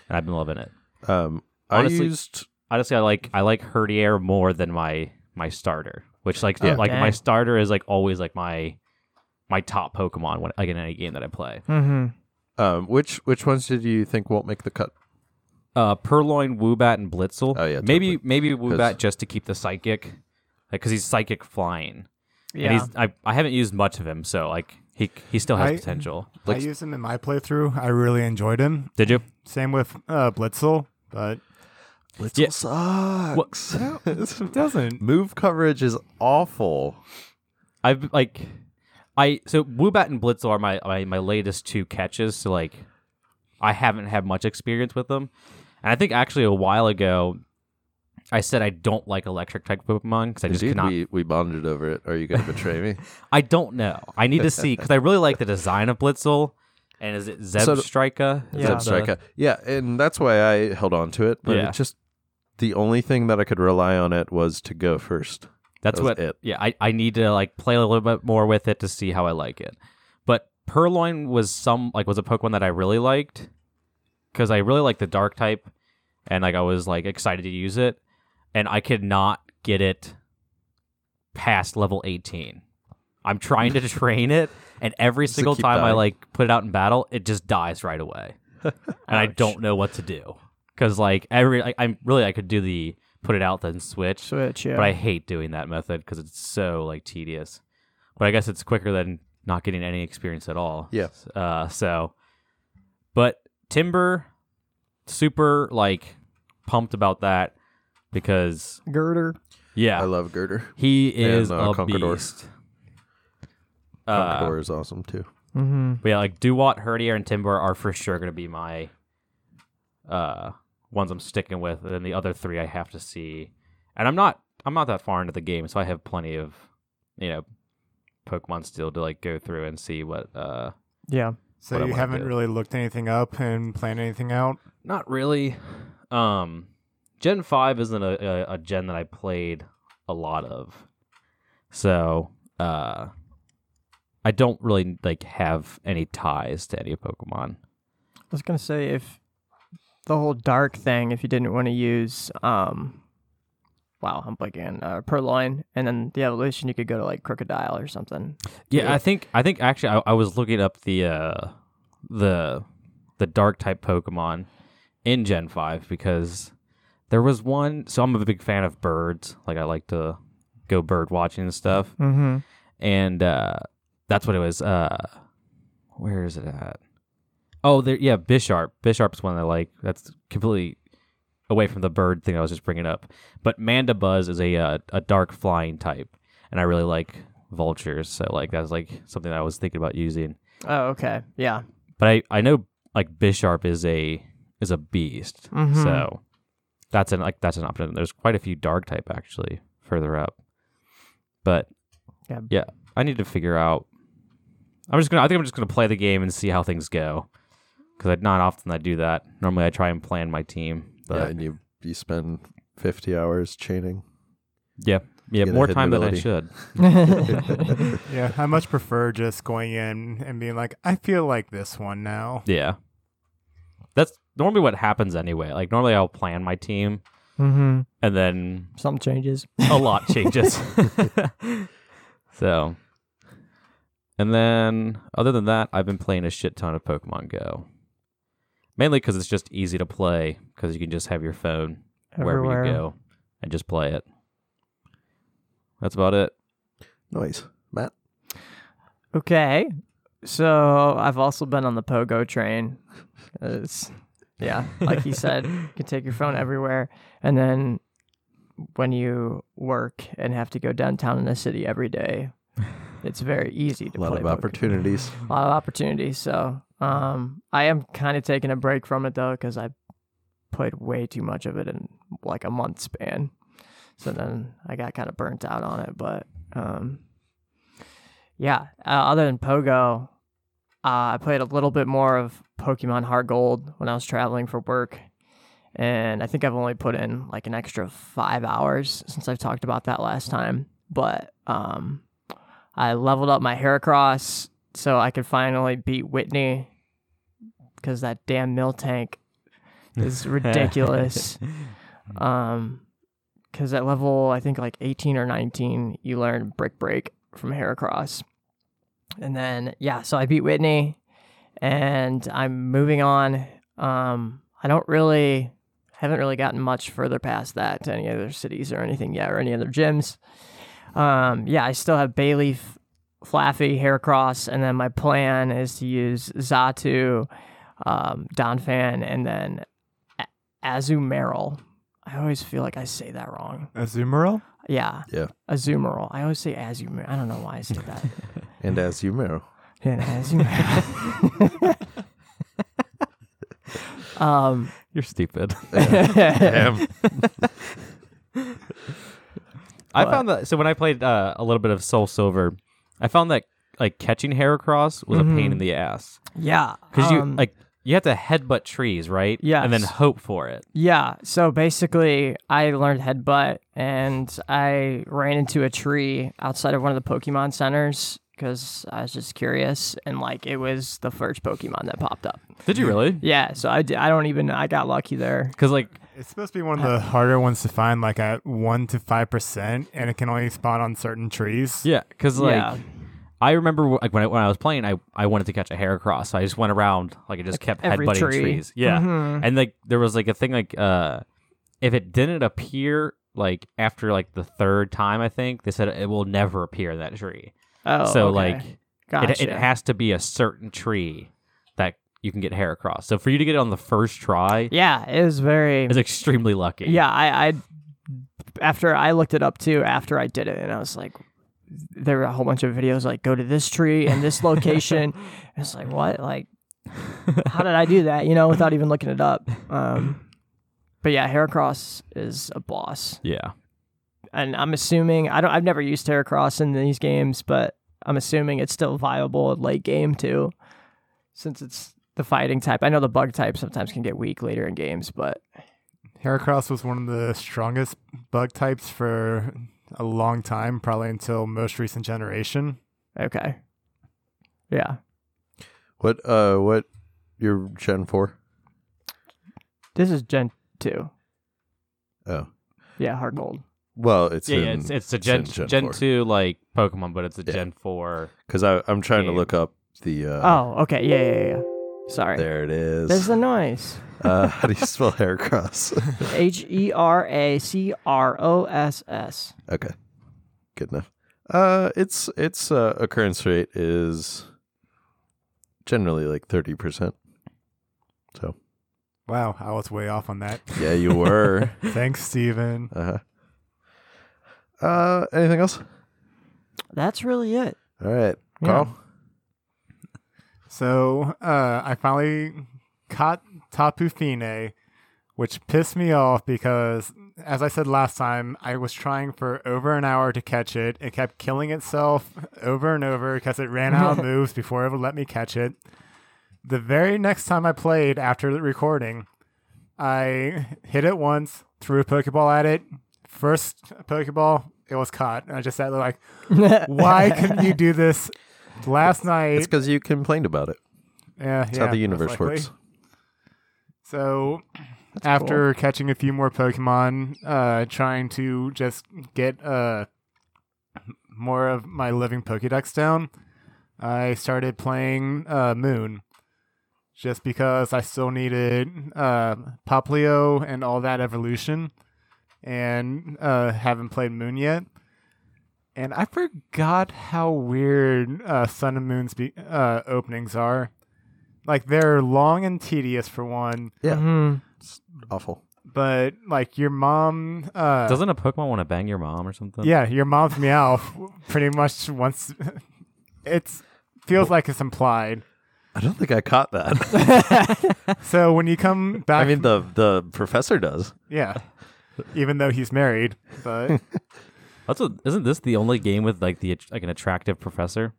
S5: And I've been loving it.
S2: Um, I
S5: Honestly-
S2: used
S5: Honestly, I like I like Herdier more than my my starter, which like
S3: Yeah.
S5: like my
S3: Okay.
S5: starter is like always like my my top Pokemon when like in any game that I play.
S3: Mm-hmm.
S2: um, which which ones did you think won't make the cut?
S5: Uh, Purloin, Woobat, and Blitzel.
S2: Oh, yeah,
S5: maybe maybe Woobat
S2: 'Cause-
S5: just to keep the psychic, because he's psychic flying.
S3: Yeah.
S5: And he's I, I haven't used much of him, so like he he still has
S4: I-
S5: potential.
S4: I used him in my playthrough. I really enjoyed him.
S5: Did you?
S4: Same with uh, Blitzel,
S5: [LAUGHS]
S4: but
S2: Blitzel
S5: Yeah.
S2: sucks.
S4: doesn't.
S2: Move coverage is awful.
S5: I've like I so Woobat and Blitzel are my, my my latest two catches. So like I haven't had much experience with them, and I think actually a while ago I said I don't like electric type Pokemon because I just
S2: Indeed,
S5: cannot.
S2: we we bonded over it. Are you going to betray
S5: [LAUGHS]
S2: me?
S5: I don't know. I need
S2: [LAUGHS]
S5: to see because I really like the design of Blitzel. And is it Zeb
S2: So-
S5: Striker? Is
S3: Yeah.
S5: that
S2: Zeb
S5: the-
S2: Strike. Yeah, and that's why I held on to it. But
S5: Yeah.
S2: it just the only thing that I could rely on it was to go first.
S5: That's
S2: That was
S5: what.
S2: it.
S5: Yeah, I, I need to like play a little bit more with it to see how I like it. But Purloin was some like was a Pokemon that I really liked because I really like the Dark type, and like I was like excited to use it, and I could not get it past level eighteen. I'm
S2: [LAUGHS]
S5: trying to train it, and every
S2: it
S5: single
S2: keep
S5: time I
S2: dying?
S5: like put it out in battle, it just dies right away, and I don't know what to do because like every I, I'm really I could do the put it out then switch,
S3: Switch. Yeah.
S5: but I hate doing that method because it's so like tedious. But I guess it's quicker than not getting any experience at all.
S2: Yeah.
S5: S- Uh, so, but Timber, super like pumped about that because
S3: Girder.
S5: yeah,
S2: I love Girder.
S5: he is
S2: And, uh,
S5: a
S2: Conqueror.
S5: beast. Uh,
S2: Commodore is awesome too.
S3: Mm-hmm.
S5: but yeah, like Duwat, Herdier, and Timber are for sure going to be my uh ones I'm sticking with, and then the other three I have to see. And I'm not I'm not that far into the game, so I have plenty of you know Pokemon still to like go through and see what. uh
S3: Yeah.
S4: So
S5: What I
S4: you
S5: wanna
S4: haven't
S5: do.
S4: really looked anything up and planned anything out.
S5: Not really. Um, Gen five isn't a, a a gen that I played a lot of, so uh. I don't really like have any ties to any Pokemon.
S3: I was gonna say if the whole dark thing, if you didn't want to use um wow, I'm blanking uh, purloin and then the evolution you could go to like crocodile or something.
S5: Yeah, I think I think actually I, I was looking up the uh, the the dark type Pokemon in Gen five because there was one. So I'm a big fan of birds. Like I like to go bird watching and stuff,
S3: Mm-hmm.
S5: and uh, that's what it was. Uh, where is it at? Oh, there. Yeah, Bisharp. Bisharp's one I like. That's completely away from the bird thing I was just bringing up. But Mandibuzz is a uh, a dark flying type, and I really like vultures. So like that's like something I was thinking about using.
S3: Oh, okay. Yeah.
S5: But I I know like Bisharp is a is a beast.
S3: Mhm.
S5: So that's an like that's an option. There's quite a few dark type actually further up. But
S3: Yeah.
S5: yeah, I need to figure out. I'm just gonna. I think I'm just gonna play the game and see how things go. Because I not often I do that. Normally I try and plan my team.
S2: yeah,
S5: But
S2: and you you spend fifty hours chaining.
S5: yeah, yeah,
S2: Get a
S5: more
S2: hidden
S5: time than I
S2: ability.
S5: should.
S4: Yeah, I much prefer just going in and being like, I feel like this one now.
S5: Yeah, that's normally what happens anyway. Like normally I'll plan my team
S3: Mm-hmm.
S5: and then
S3: Some changes.
S5: a lot changes. [LAUGHS] so, and then other than that, I've been playing a shit ton of Pokemon Go. Mainly because it's just easy to play because you can just have your phone wherever
S3: Everywhere.
S5: you go and just play it. That's about it.
S2: Noise, Matt.
S3: Okay. So I've also been on the pogo train. It's, yeah, like
S2: [LAUGHS]
S3: he said, you can take your phone everywhere. And then when you work and have to go downtown in the city every day, it's very easy to
S2: A lot
S3: play
S2: of
S3: poker.
S5: [LAUGHS]
S2: opportunities.
S3: A lot of opportunities. So um, I am kind of taking a break from it though because I played way too much of it in like a month span. So then I got kind of burnt out on it. But um, yeah, uh, other than Pogo, uh, I played a little bit more of Pokemon Heart Gold when I was traveling for work. And I think I've only put in like an extra five hours since I've talked about that last time. But um, I leveled up my Heracross so I could finally beat Whitney because that damn mill tank is ridiculous. um, because at level I think like 18 or 19, you learn Brick Break from Heracross, and then yeah, so I beat Whitney, and I'm moving on. Um, I don't really haven't really gotten much further past that to any other cities or anything yet, or any other gyms. Um, yeah, I still have Bayleaf, Flaffy, Haircross, and then my plan is to use Zatu, um, Donphan, and then A- Azumarill. I always feel like I say that wrong.
S4: Azumarill?
S3: Yeah.
S2: Yeah.
S3: Azumarill. I always say Azumarill. I don't know why I say that.
S2: And as you know,
S3: and Azumarill. um,
S5: You're [LAUGHS] stupid. [LAUGHS]
S2: Damn.
S5: I found that so when I played uh, a little bit of Soul Silver, I found that like catching Heracross was a pain in the ass
S3: yeah.
S5: because you
S3: um,
S5: like you have to headbutt trees, right? and then
S3: Yes.
S5: hope for it.
S3: Yeah. So basically, I learned headbutt, and I ran into a tree outside of one of the Pokemon centers because I was just curious, and like it was the first Pokemon that popped up.
S5: Did you really?
S3: Yeah. So I did, I don't even I got lucky there.
S5: Because like
S4: It's supposed to be one of the harder ones to find, like at one to five percent, and it can only spawn on certain trees.
S5: yeah, because like.
S3: Yeah.
S5: I remember like when I, when I was playing, I, I wanted to catch a Heracross, so I just went around like I just kept
S3: every
S5: headbutting
S3: tree. Mm-hmm.
S5: trees. Yeah, and like there was like a thing like uh, if it didn't appear like after like the third time, I think they said it will never appear in that tree.
S3: Oh.
S5: so
S3: okay.
S5: like
S3: gotcha.
S5: it, it has to be a certain tree that you can get Heracross. So for you to get it on the first try
S3: yeah, it was very.
S5: is extremely lucky.
S3: Yeah, I, I after I looked it up too after I did it, and I was like, there were a whole bunch of videos like go to this tree and this location. And it's like what, like how did I do that? You know, without even looking it up. Um, but yeah, Heracross is a boss,
S5: yeah.
S3: and I'm assuming I don't. I've never used Heracross in these games, but I'm assuming it's still viable at late game too, since it's the fighting type. I know the bug type sometimes can get weak later in games, but
S4: Heracross was one of the strongest bug types for a long time, probably until most recent generation.
S3: okay, yeah.
S2: what uh what your Gen four?
S3: This is Gen 2.
S2: Oh.
S3: Yeah, hard gold.
S2: Well, it's
S5: yeah, yeah, it's it's a Gen Gen, two like Pokemon, but it's a
S2: Yeah.
S5: Gen four.
S2: because I I'm trying to
S5: game.
S2: look up the uh
S3: Oh, okay. Yeah, yeah, yeah. Sorry.
S2: there it is.
S3: There's the noise.
S2: uh, [LAUGHS] how do you spell
S5: [LAUGHS]
S2: haircross?
S3: H E R A C R O S S.
S2: okay, good enough. Uh, its its uh, occurrence rate is generally like thirty percent. So
S4: Wow, I was way off on that.
S2: yeah, you [LAUGHS] were.
S4: Thanks, Steven.
S2: uh huh. Uh, anything else?
S3: That's really it.
S2: All right,
S3: Yeah.
S2: Carl.
S4: So uh, I finally caught Tapu Fine, which pissed me off because, as I said last time, I was trying for over an hour to catch it. It kept killing itself over and over because it ran out of moves before it would let me catch it. The very next time I played after the recording, I hit it once, threw a Pokeball at it. First Pokeball, it was caught. And I just sat there like, why couldn't you do this last night?
S2: It's because you complained about it.
S4: Yeah,
S2: That's
S4: yeah,
S2: how the
S4: most
S2: universe
S4: likely.
S2: works.
S4: So, after catching a few more Pokemon, uh, trying to just get uh, more of my living Pokedex down, I started playing uh, Moon. Just because I still needed uh, Poplio and all that evolution, and uh, haven't played Moon yet. And I forgot how weird uh, Sun and Moon's be- uh, openings are. Like they're long and tedious for one,
S2: Yeah,
S3: Mhm.
S2: awful.
S4: but like your mom, uh,
S5: Doesn't a Pokemon want to bang your mom or something?
S4: yeah, your mom's meow pretty much once. it's feels like it's implied.
S2: I don't think I caught that.
S4: So when you come
S2: [LAUGHS]
S4: back,
S2: I mean, the the professor does.
S4: [LAUGHS] yeah, even though he's married,
S2: [LAUGHS]
S4: but
S5: That's what, isn't this the only game with like the like an attractive professor?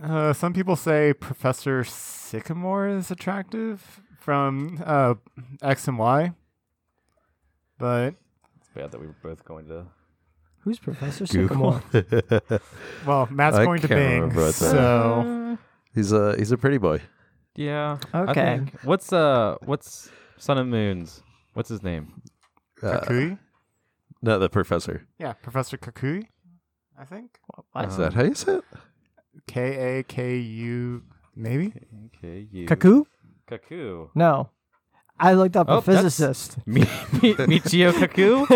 S4: Uh, some people say Professor Sycamore is attractive from uh, X and Y, but
S5: It's bad that we were both going to
S3: [LAUGHS] Who's Professor
S2: [LAUGHS]
S3: Sycamore?
S4: Well, Matt's
S2: I
S4: going to
S2: can't
S4: Bing,
S2: remember what that is.
S4: so
S2: [LAUGHS] he's a he's a pretty boy.
S5: Yeah. I
S3: Okay.
S5: think- What's uh what's Sun and Moon's? What's his name?
S4: Kakui.
S2: Uh, No, the professor.
S4: Yeah, Professor Kakui, I think.
S5: Um,
S3: What?
S2: Is that how you say it?
S4: K A K U, maybe.
S5: Okay, you.
S3: Cuckoo?
S5: Cuckoo.
S3: No. I looked up
S5: Oh,
S3: a
S5: that's-
S3: physicist. [LAUGHS]
S5: [LAUGHS] Mi- Mi- Michio
S4: [LAUGHS]
S5: Kaku.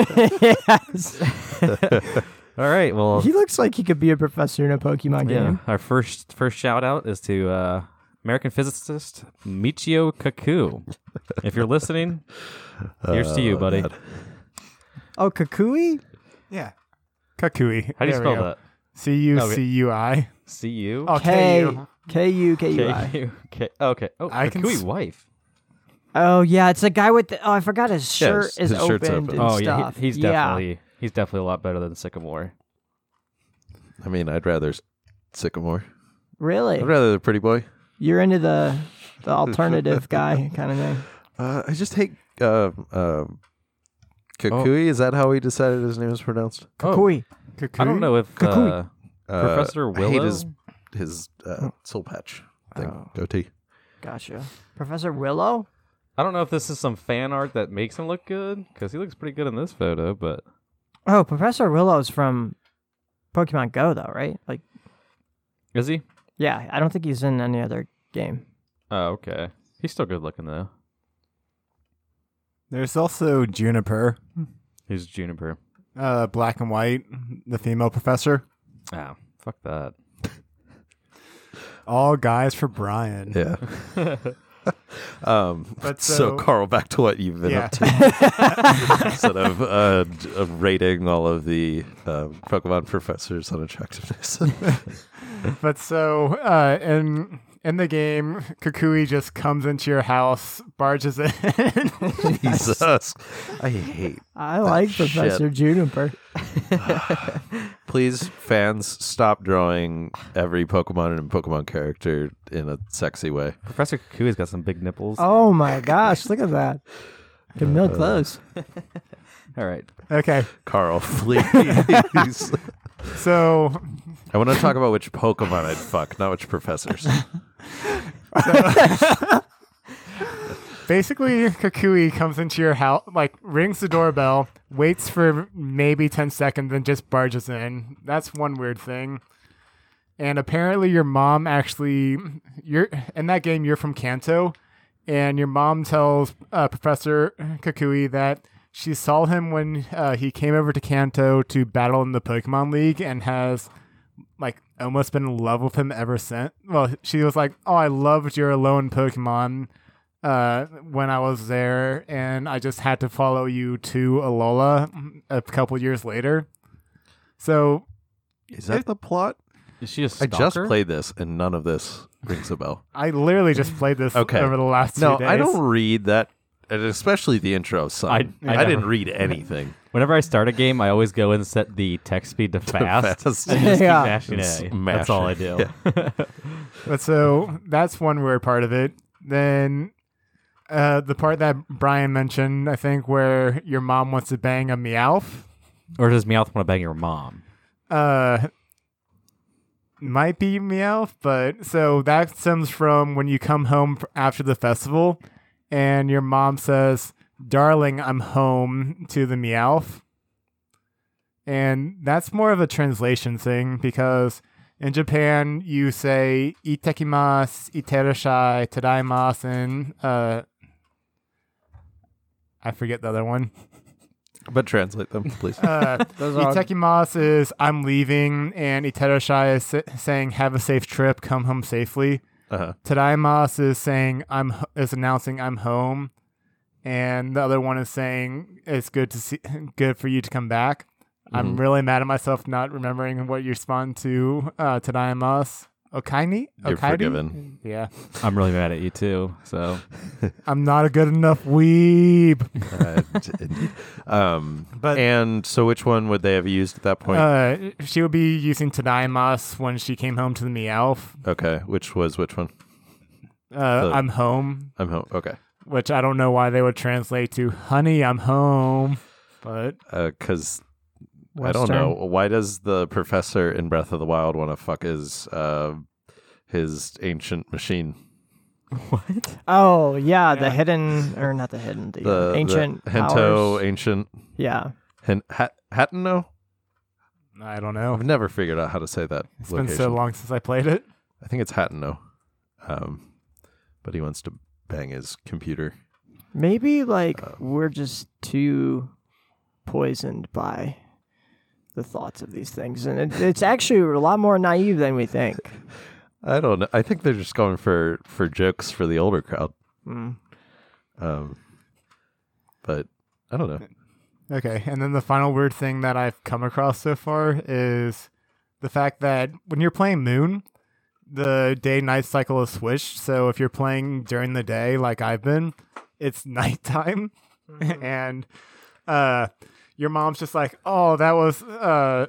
S5: [LAUGHS]
S3: yes.
S5: All right. Well,
S3: He looks like he could be a professor in a Pokemon
S5: yeah.
S3: game.
S5: Our first first shout out is to uh, American physicist Michio Kaku. if you're listening, here's to you, buddy.
S3: Oh, Kakui?
S4: Yeah. Kakui.
S5: How do you spell that?
S4: C U
S5: Okay.
S4: C U I.
S5: C U
S4: Oh, K
S3: K
S4: U.
S3: K U K U
S5: K
S3: I.
S5: U K. [LAUGHS] Okay. Oh,
S4: I can
S5: Kakui
S4: s-
S5: wife.
S3: Oh yeah, it's a guy with the, oh I forgot his
S2: Yeah,
S3: shirt
S2: his-
S3: is
S2: his shirt's
S3: opened
S2: open.
S3: and
S5: Oh yeah,
S3: stuff.
S5: he, he's
S3: Yeah.
S5: definitely he's definitely a lot better than Sycamore.
S2: I mean, I'd rather s- Sycamore.
S3: Really?
S2: I'd rather the pretty boy.
S3: You're into the
S2: [LAUGHS]
S3: the alternative guy kind of thing.
S2: Uh, I just hate uh, um Kukui. Is that how he decided his name is pronounced?
S3: Kakui.
S5: Oh, I don't know if
S3: Kakui.
S5: uh,
S2: Uh,
S5: Professor
S2: I hate
S5: Willow?
S2: his his uh, soul patch thing goatee.
S3: Gotcha. Professor Willow?
S5: I don't know if this is some fan art that makes him look good because he looks pretty good in this photo. But
S3: Oh, Professor Willow's from Pokemon Go though, right? Like
S5: is he?
S3: yeah, I don't think he's in any other game.
S5: Oh, okay. He's still good looking though.
S4: There's also Juniper,
S5: He's Juniper.
S4: uh, black and white, the female professor.
S5: Ah, fuck that.
S4: All guys for Brian.
S2: [LAUGHS] Yeah. um,
S4: But
S2: so,
S4: so-
S2: Carl, back to what you've been
S4: Yeah.
S2: up to [LAUGHS] instead of uh, d- of rating all of the uh, Pokemon professors on [LAUGHS] attractiveness.
S4: But so uh, in in the game, Kakui just comes into your house, barges in. [LAUGHS]
S2: Jesus, I hate.
S3: I like
S2: shit.
S3: Professor Juniper.
S2: Please, fans, stop drawing every Pokemon and Pokemon character in a sexy way.
S5: Professor Kakui's got some big nipples.
S3: Oh my gosh, look
S2: [LAUGHS]
S3: at that. Can milk those.
S5: All right.
S4: okay,
S2: [LAUGHS] Carl, [LAUGHS] please.
S4: so
S2: I want to talk about which Pokemon I'd fuck, not which professors.
S4: basically, Kakui comes into your house, like rings the doorbell, waits for maybe ten seconds, then just barges in. That's one weird thing. And apparently, your mom actually you're in that game. You're from Kanto, and your mom tells uh, Professor Kakui that she saw him when uh, he came over to Kanto to battle in the Pokemon League, and has like almost been in love with him ever since. Well, she was like, "Oh, I loved your alone Pokemon uh, when I was there, and I just had to follow you to Alola mm, a couple years later." So
S2: [LAUGHS] Is that the plot?
S5: Is she a
S2: I
S5: stalker?
S2: just played this, and none of this rings a bell.
S4: I literally just played this
S2: Okay.
S4: over the last two
S2: No,
S4: days.
S2: I don't read that, and especially the intro song.
S5: I-
S2: I,
S5: I
S2: didn't
S5: never-
S2: read
S5: [LAUGHS]
S2: anything.
S5: Whenever I start a game, I always go and set the
S2: [LAUGHS]
S5: text speed to fast.
S2: Fast.
S5: I just keep
S3: [LAUGHS] Yeah.
S5: mashing
S2: Just
S5: A.
S2: mash
S5: That's all
S2: it.
S5: I do.
S4: But so that's one weird part of it. Then uh, the part that Brian mentioned, I think, where your mom wants to bang a Meowth,
S5: Or does Meowth want to bang your mom?
S4: uh, might be Meowth, but so that stems from when you come home f- after the festival and your mom says, Darling, I'm home to the Meowth. And that's more of a translation thing because in Japan you say itekimas, iterashai, tadaimas, and uh, I forget the other one.
S2: But translate them, [LAUGHS] please.
S4: Uh,
S3: Those are
S4: Itekimas is I'm leaving, and Iteroshai is sa- saying have a safe trip, come home safely.
S2: Uh-huh.
S4: Tadaimas is saying I'm h- is announcing I'm home, and the other one is saying it's good to see, [LAUGHS] good for you to come back. I'm
S2: Mm-hmm.
S4: really mad at myself not remembering what you respond to uh, Tadaimas. Okaini?
S5: Oh,
S2: You're
S4: Okaidi?
S2: forgiven.
S4: Yeah.
S5: I'm really mad at you too. So
S4: I'm not a good enough weeb.
S2: Uh, d- indeed. um, but and so, which one would they have used at that point?
S4: Uh, she would be using Tadaimas when she came home to the Meowth.
S2: okay, which was which one?
S4: Uh,
S2: The-
S4: I'm home.
S2: I'm home. Okay,
S4: which I don't know why they would translate to "Honey, I'm home," but
S2: because uh, I don't know. Why does the professor in Breath of the Wild want to fuck his uh, his ancient machine?
S5: What?
S3: Oh yeah, the
S4: Yeah.
S3: hidden or not the hidden, the,
S2: The the
S3: ancient
S2: Hento
S3: powers.
S2: ancient
S3: Yeah,
S2: Hen- Hat- Hateno.
S4: I don't know.
S2: I've never figured out how to say that
S4: It's
S2: location.
S4: been so long since I played it.
S2: I think it's Hateno. Um, but he wants to bang his computer.
S3: maybe like
S2: Uh,
S3: we're just too poisoned by the thoughts of these things, and it, it's actually a lot more naive than we think.
S2: I don't know. I think they're just going for for jokes for the older crowd.
S4: Hmm.
S3: Mm.
S2: Um, but I don't know.
S4: Okay, and then the final weird thing that I've come across so far is the fact that when you're playing Moon, the day night cycle is switched. So if you're playing during the day, like I've been, it's [LAUGHS] nighttime, and uh, your mom's just like, "Oh, that was uh,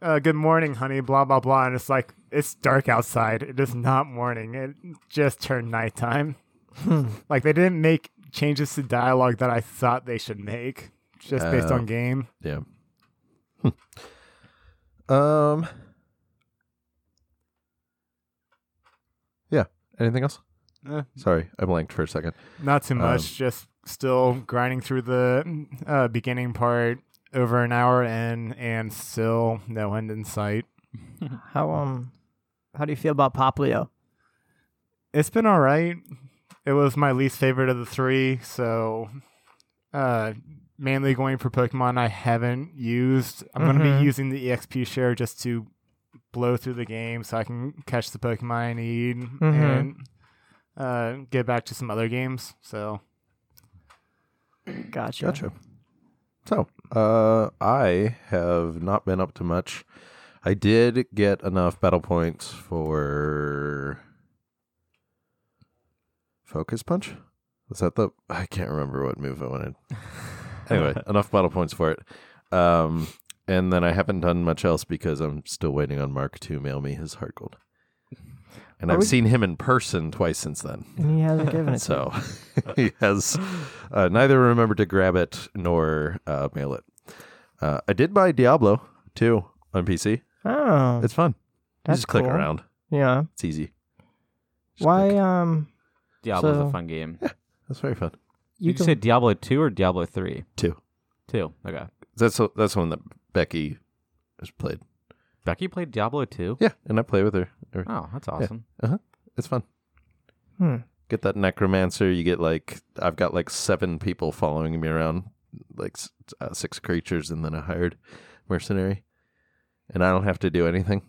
S4: uh, good morning, honey." Blah blah blah, and it's like it's dark outside. It is not morning. It just turned nighttime. [LAUGHS] like they didn't make changes to dialogue that I thought they should make just based
S2: Uh,
S4: on game.
S2: Yeah. um. Yeah. Anything else?
S4: Eh,
S2: Sorry, I blanked for a second.
S4: not too much.
S2: um,
S4: just still grinding through the uh, beginning part over an hour in, and still no end in sight.
S3: How um, how do you feel about Poplio?
S4: It's been all right. It was my least favorite of the three, so uh, mainly going for Pokemon I haven't used. I'm going to
S3: Mhm.
S4: be using the EXP share just to blow through the game so I can catch the Pokemon I need and uh, get back to some other games. So.
S3: Gotcha.
S2: Gotcha. So, uh, I have not been up to much. I did get enough battle points for focus punch. Was that the? I can't remember what move I
S3: [LAUGHS]
S2: wanted. anyway, enough battle points for it. Um, and then I haven't done much else because I'm still waiting on Mark to mail me his heart gold. And
S3: Are
S2: I've
S3: we-
S2: seen him in person twice since then.
S3: And
S2: [LAUGHS]
S3: he hasn't given it. to
S2: So [LAUGHS] he has uh, neither remembered to grab it nor uh, mail it. Uh, I did buy Diablo 2 on PC.
S3: you. Oh,
S2: It's fun. You
S3: that's
S2: just click
S3: cool.
S2: around.
S3: Yeah.
S2: It's easy. Just
S3: Why
S2: click.
S3: um,
S5: Diablo's
S3: So-
S5: a fun game.
S2: That's very fun.
S3: you
S5: Did you
S3: can
S5: say Diablo two or Diablo three?
S2: Two.
S5: Two. Okay.
S2: That's the- that's the one that Becky has played.
S5: Becky played Diablo two.
S2: Yeah, and I play with her. Every-
S5: Oh, that's awesome.
S2: Uh-huh. It's fun.
S3: Hmm.
S2: Get that necromancer. You get like I've got like seven people following me around, like s- uh, six creatures, and then a hired mercenary. And I don't have to do anything.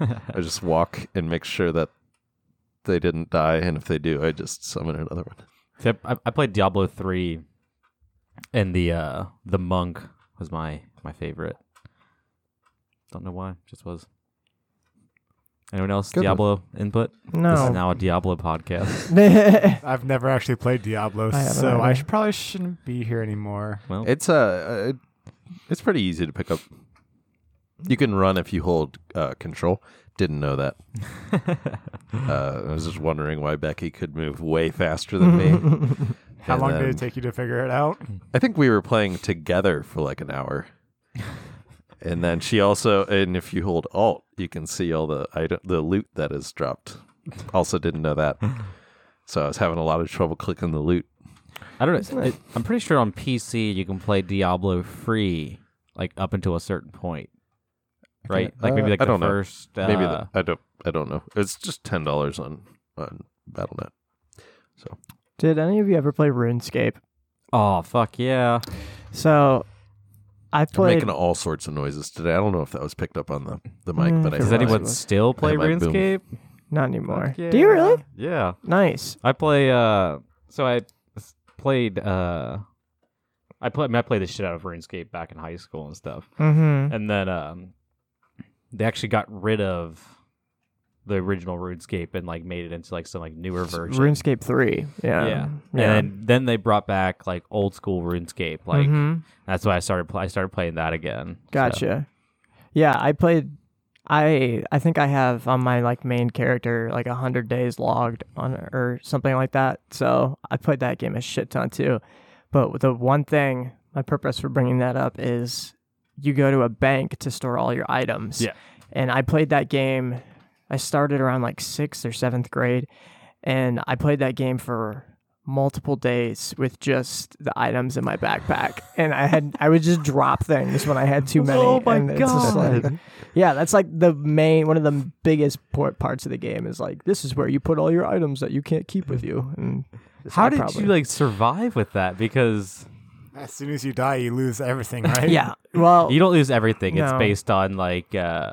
S2: I just walk and make sure that they didn't die, and if they do, I just summon another one.
S5: See, I, I played Diablo three, and the uh, the monk was my my favorite. Don't know why, just was. Anyone else
S2: Good one.
S5: Diablo input? This is
S3: no.
S5: now a
S3: [LAUGHS]
S5: Diablo podcast.
S2: [LAUGHS]
S4: I've never actually played Diablo,
S3: I haven't
S4: so I
S3: either.
S4: should, probably shouldn't be here anymore.
S5: Well,
S2: It's uh, it, it's pretty easy to pick up. You can run if you hold uh, control. Didn't know that. uh, I was just wondering why Becky could move way faster than me.
S4: How
S2: And
S4: long did
S2: then-
S4: it take you to figure it out?
S2: I think we were playing together for like an hour. And then she also, and if you hold Alt, you can see all the item, the loot that is dropped. Also, didn't know that, so I was having a lot of trouble clicking the loot.
S5: I don't know. I, I'm pretty sure on PC you can play Diablo free, like up until a certain point, right? Like
S2: uh,
S5: maybe like
S2: I
S5: the
S2: don't know.
S5: first. Uh,
S2: Maybe the, I don't, I don't know. It's just ten dollars on on Battle.net.
S3: Did any of you ever play RuneScape?
S5: oh fuck yeah!
S3: So, I
S2: I'm
S3: played.
S2: making all sorts of noises today. I don't know if that was picked up on the the mic,
S3: Mm.
S2: but I
S5: Does
S2: realized-
S5: anyone still play
S2: I might boom.
S5: RuneScape?
S3: Not anymore.
S5: Fuck
S3: Do you
S5: yeah.
S3: really?
S5: Yeah.
S3: Nice.
S5: I play. uh So I s- played. uh I played. I, mean, I played the shit out of RuneScape back in high school and stuff.
S3: Mm-hmm.
S5: And then um they actually got rid of the original RuneScape and like made it into like some like newer version.
S3: RuneScape three. Yeah.
S5: yeah. And then they brought back like old school RuneScape. Like
S3: Mhm.
S5: that's why I started. Pl- I started playing that again. So-
S3: Gotcha. Yeah, I played. I I think I have on my like main character like hundred days logged on or something like that. So I played that game a shit ton too. But the one thing, my purpose for bringing that up is you go to a bank to store all your items.
S5: Yeah.
S3: And I played that game. I started around like sixth or seventh grade, and I played that game for multiple days with just the items in my backpack. and I had I would just drop things when I had too many.
S5: Oh my
S3: and it's just like-
S5: God.
S3: yeah, that's like the main one of the biggest port parts of the game is like this is where you put all your items that you can't keep with you. And so I
S5: How did
S3: probably-
S5: you like survive with that? Because
S4: As soon as you die, you lose
S3: [LAUGHS]
S4: everything, right?
S3: Yeah. Well,
S5: you don't lose everything. It's
S3: Oh, No.
S5: based on like uh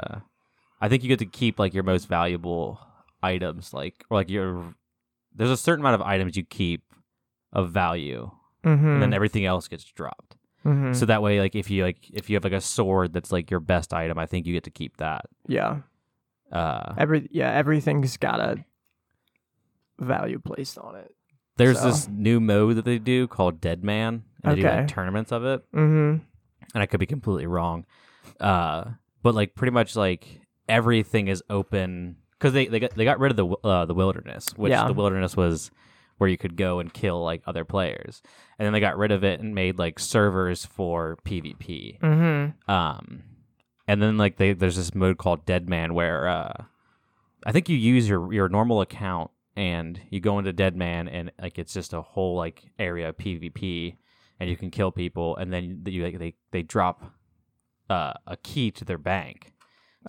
S5: I think you get to keep like your most valuable items, like or like your there's a certain amount of items you keep of value,
S3: mm-hmm,
S5: and
S3: Mm.
S5: then everything else gets dropped.
S3: hmm
S5: So that way, like if you like if you have like a sword that's like your best item, I think you get to keep that.
S3: yeah.
S5: Uh
S3: Every yeah, everything's got a value placed on it.
S5: there's
S3: So-
S5: this new mode that they do called Dead Man, and they do
S3: Okay.
S5: like tournaments of it.
S3: Mm-hmm.
S5: and I could be completely wrong. Uh, but like pretty much like everything is open because they, they got they got rid of the wi- uh, the wilderness, which
S3: Yeah.
S5: the wilderness was where you could go and kill like other players, and then they got rid of it and made like servers for PvP.
S3: Mm-hmm.
S5: Um, and then like they, there's this mode called Dead Man where uh, I think you use your your normal account and you go into Dead Man and like it's just a whole like area of PvP and you can kill people and then you like they they drop uh, a key to their bank.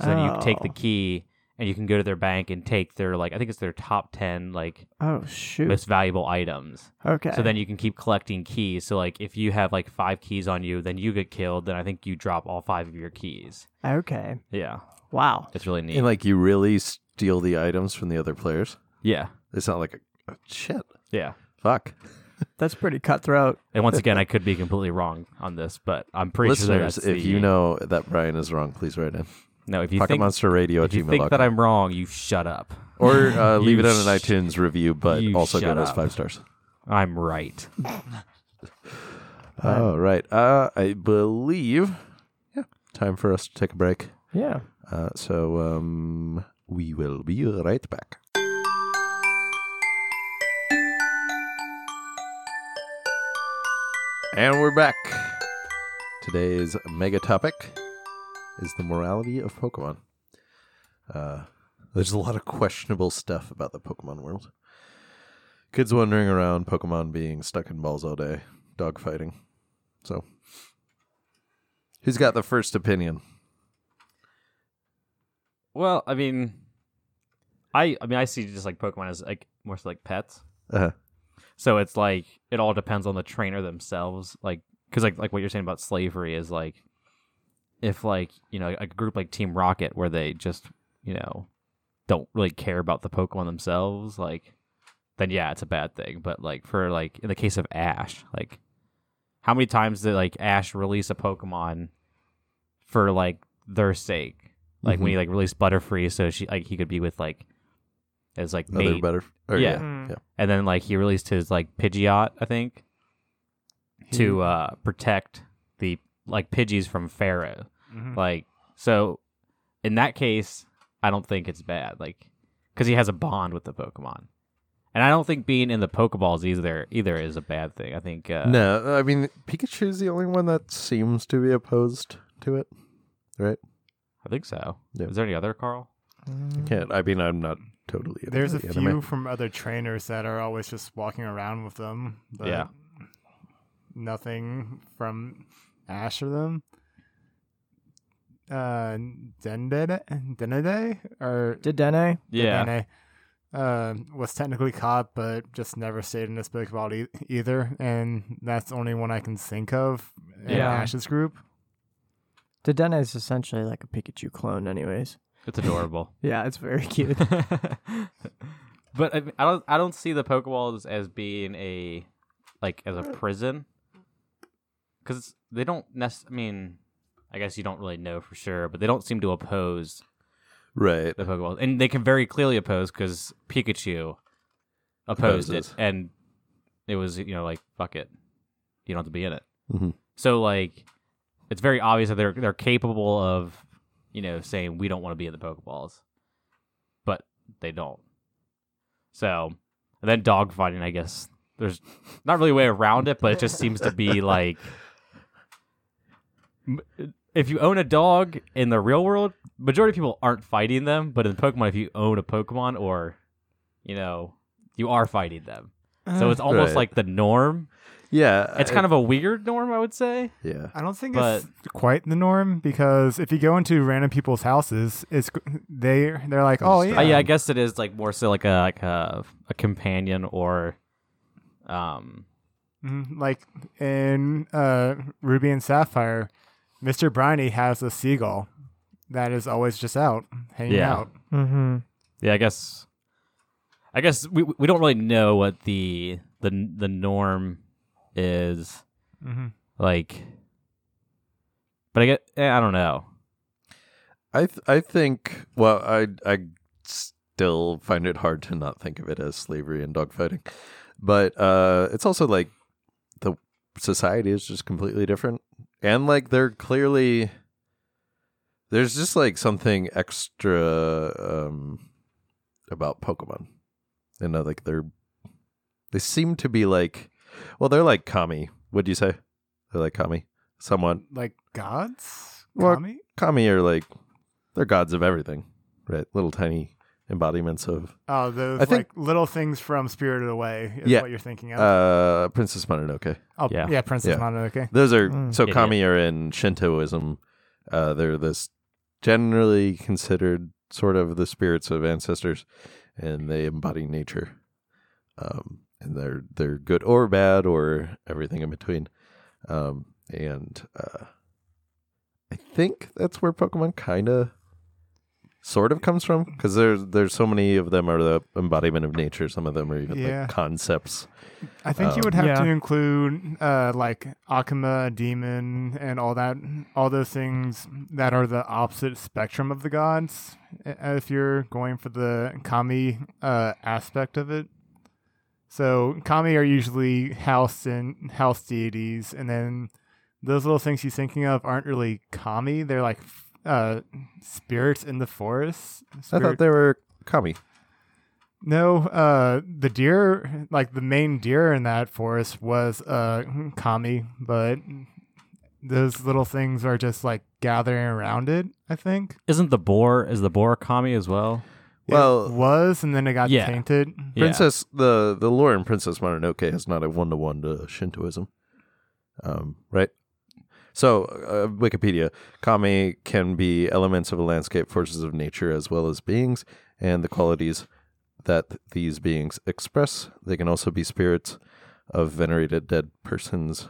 S5: So then you take the
S3: Oh.
S5: key and you can go to their bank and take their like I think it's their top ten like
S3: Oh shoot.
S5: most valuable items.
S3: okay.
S5: So then you can keep collecting keys. So like if you have like five keys on you, then you get killed. Then I think you drop all five of your keys.
S3: okay.
S5: Yeah,
S3: Wow.
S5: it's really neat.
S2: And like you really steal the items from the other players.
S5: yeah,
S2: It's not like a, oh, shit.
S5: yeah.
S2: Fuck.
S3: That's pretty cutthroat.
S5: And once again, I could be completely wrong on this, but I'm pretty sure
S2: Listeners,
S5: that's
S2: if
S5: the-
S2: you know that Brian is wrong, please write in.
S5: no, if you
S2: Pocket
S5: think
S2: Monster Radio at
S5: if you think that
S2: gmail.com.
S5: I'm wrong, you shut up.
S2: Or
S5: [LAUGHS]
S2: uh, leave it on an
S5: sh-
S2: iTunes review, but
S5: you
S2: also give
S5: shut
S2: us
S5: up.
S2: five stars.
S5: I'm right.
S2: All right. Uh, I believe, yeah, time for us to take a break.
S3: Yeah.
S2: Uh, so um, we will be right back. And we're back. Today's mega topic is the morality of Pokemon. Uh, there's a lot of questionable stuff about the Pokemon world. Kids wandering around, Pokemon being stuck in balls all day, dogfighting. So, who's got the first opinion?
S5: Well, I mean, I I mean I see just like Pokemon as like more so like pets.
S2: Uh,
S5: So it's like it all depends on the trainer themselves, like because like like what you're saying about slavery is like if like you know a group like Team Rocket where they just you know don't really care about the Pokemon themselves, like then yeah, it's a bad thing. But like for like in the case of Ash, like how many times did like Ash release a Pokemon for like their sake? Like when he like released Butterfree, so she like he could be with like as like
S2: Other
S5: mate
S2: better. or
S5: Yeah.
S3: Mm.
S2: yeah.
S5: and then like he released his like Pidgeot, I think, to uh protect the like Pidgeys from Pharaoh.
S4: Mhm.
S5: Like so, in that case, I don't think it's bad, like because he has a bond with the Pokemon, and I don't think being in the Pokeballs either either is a bad thing. I think uh,
S2: No, I mean Pikachu's the only one that seems to be opposed to it, right?
S5: I think so.
S2: Yeah.
S5: Is there any other Carl? Mm.
S2: Can't. I mean, I'm not totally. into
S4: There's a
S2: the
S4: few
S2: anime.
S4: from other trainers that are always just walking around with them. But
S5: Yeah.
S4: Nothing from Ash or them. Uh, Dende, Denede or
S3: Did Dene?
S4: Dene, uh, was technically caught, but just never stayed in this Pokeball e- either. And that's the only one I can think of in
S5: Yeah.
S4: Ash's group.
S3: Did Dene is essentially like a Pikachu clone, anyways.
S5: it's adorable.
S3: Yeah, it's very [LAUGHS] cute.
S5: [LAUGHS] but I, mean, I don't I don't see the Pokeballs as being a like as a prison because they don't nec- I mean I guess you don't really know for sure, but they don't seem to oppose
S2: Right.
S5: the Pokeballs, and they can very clearly oppose because Pikachu opposed
S2: Opposes.
S5: it, and it was you know like fuck it, you don't have to be in it.
S2: Mhm.
S5: So like, it's very obvious that they're they're capable of you know saying we don't want to be in the Pokeballs, but they don't. So and then dogfighting, I guess there's not really a way around it, but it just seems to be like. m- if you own a dog in the real world, majority of people aren't fighting them, but in Pokemon, if you own a Pokemon or, you know, you are fighting them. So it's almost
S2: Right.
S5: like the norm.
S2: Yeah,
S5: It's kind of a weird norm, I would say.
S2: yeah.
S4: I don't think
S5: But-
S4: it's quite the norm because if you go into random people's houses, it's they they're like, oh yeah,
S5: Uh, yeah, I guess it is like more so like a like a, a companion or, um,
S4: Mhm. like in uh, Ruby and Sapphire, Mister Briny has a seagull that is always just out hanging
S5: Yeah.
S4: out.
S3: Mm-hmm.
S5: yeah, I guess, I guess we we don't really know what the the the norm is
S4: hmm
S5: like, but I get eh, I don't know.
S2: I th- I think well I I still find it hard to not think of it as slavery and dogfighting, but uh, it's also like the society is just completely different, and like they're clearly there's just like something extra um, about Pokemon, and uh, like they're they seem to be like well they're like kami. Would you say they're like kami? Somewhat
S4: Like gods,
S2: Well,
S4: Kami?
S2: kami are like they're gods of everything right little tiny embodiments of
S4: Oh, those
S2: I think-
S4: like little things from Spirited Away is
S2: Yeah.
S4: what you're thinking of.
S2: uh princess mononoke
S4: oh,
S5: yeah.
S4: yeah. Princess
S2: Yeah.
S4: Mononoke.
S2: those are
S3: Mm.
S2: so
S5: Yeah,
S2: kami are in shintoism uh they're this generally considered sort of the spirits of ancestors and they embody nature um and they're they're good or bad or everything in between um and uh i think that's where pokemon kind of sort of comes from because there's there's so many of them are the embodiment of nature some of them are even
S4: Yeah.
S2: like concepts
S4: I think you
S2: Um,
S4: would have to
S3: Yeah.
S4: include uh, like Akuma, demon, and all that, all those things that are the opposite spectrum of the gods. i- If you're going for the kami uh, aspect of it, so kami are usually house and house deities, and then those little things you're thinking of aren't really kami. They're like f- uh, spirits in the forest.
S2: i
S4: Spirit-
S2: thought they were kami
S4: no, uh, the deer, like the main deer in that forest, was uh, kami, but those little things are just like gathering around it. I think
S5: Isn't the boar is the boar a kami as well?
S2: Well-
S4: it was, and then it got
S5: Yeah.
S4: tainted.
S5: Yeah.
S2: Princess the the lore in Princess Mononoke is not a one to one to Shintoism, um, right? So uh, Wikipedia kami can be elements of a landscape, forces of nature, as well as beings, and the qualities that these beings express. They can also be spirits of venerated dead persons.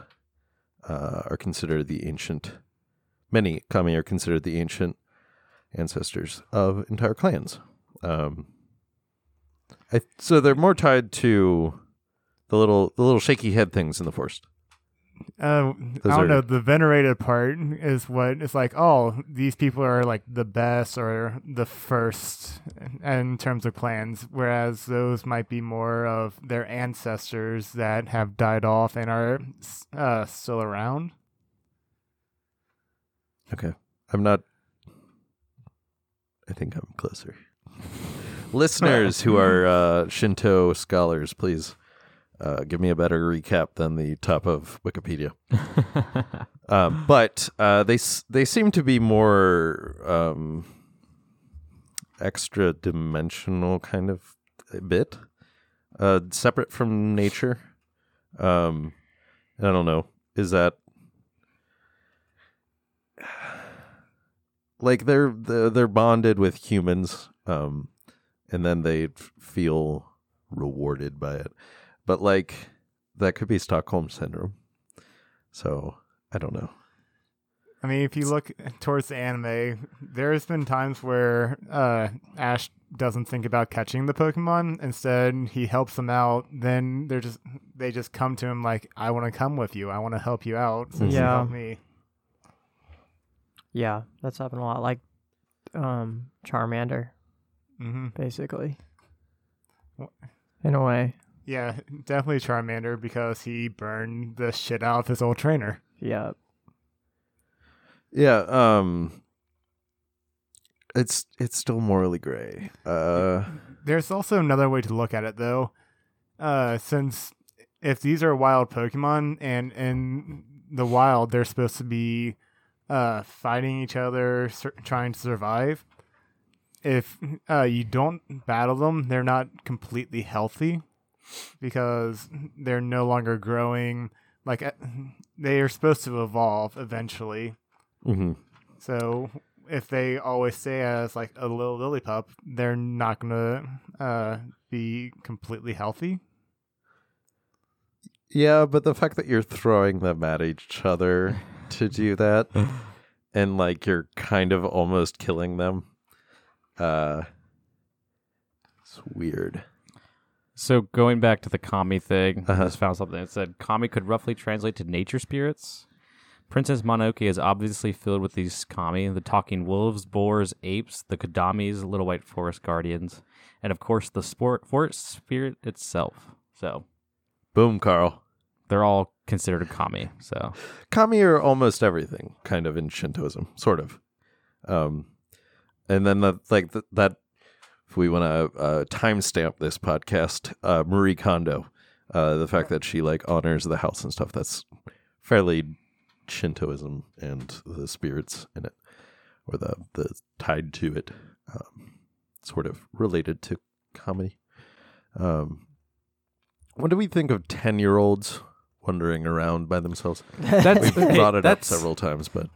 S2: Uh, are considered the ancient. Many kami are considered the ancient ancestors of entire clans. Um, I, so they're more tied to the little the little shaky head things in the forest.
S4: Uh, I
S2: Those
S4: don't
S2: are-
S4: know. The venerated part is what it's like. Oh, these people are like the best or the first in terms of clans, whereas those might be more of their ancestors that have died off and are uh, still around.
S2: Okay, I'm not. I think I'm closer. Listeners who are uh, Shinto scholars, please uh, give me a better recap than the top of Wikipedia. Um, but uh, they s- they seem to be more um, extra dimensional kind of a bit, uh, separate from nature. Um, I don't know. Is that like they're they're, they're bonded with humans, um, and then they f- feel rewarded by it. But like that could be Stockholm syndrome. So I don't know.
S4: I mean, if you look towards the anime, there's been times where uh, Ash doesn't think about catching the Pokemon. Instead, he helps them out. Then they're just they just come to him like, "I want to come with you. I want to help you out. Since you
S3: Yeah.
S4: helped me."
S3: Yeah, that's happened a lot. Like um, Charmander,
S4: hmm
S3: basically.
S4: What?
S3: In a way,
S4: Yeah, definitely Charmander because he burned the shit out of his old trainer.
S3: yeah.
S2: Yeah, um it's it's still morally gray. Uh
S4: There's also another way to look at it though. Uh since if these are wild Pokemon and in the wild they're supposed to be uh, fighting each other, sur- trying to survive. If uh, you don't battle them, they're not completely healthy because they're no longer growing. Like uh, they are supposed to evolve eventually.
S2: Mm-hmm.
S4: So if they always stay as like a little lily pup, they're not gonna uh, be completely healthy.
S2: Yeah, but the fact that you're throwing them at each other to do that and like you're kind of almost killing them. Uh it's weird.
S5: So going back to the kami thing,
S2: Uh-huh.
S5: I just found something that said kami could roughly translate to nature spirits. Princess Mononoke is obviously filled with these kami, the talking wolves, boars, apes, the kadamis, little white forest guardians, and of course the sport forest spirit itself. So
S2: Boom, Carl.
S5: they're all considered kami. So
S2: Kami are almost everything, kind of in Shintoism, sort of. Um, and then the, like th- that, if we want to uh, timestamp this podcast, uh, Marie Kondo, uh, the fact that she like honors the house and stuff, that's fairly Shintoism and the spirits in it, or the the tied to it, um, sort of related to comedy. Um, what do we think of ten year olds wandering around by themselves? [LAUGHS]
S5: that's
S2: We've brought it up
S5: that's-
S2: several times, but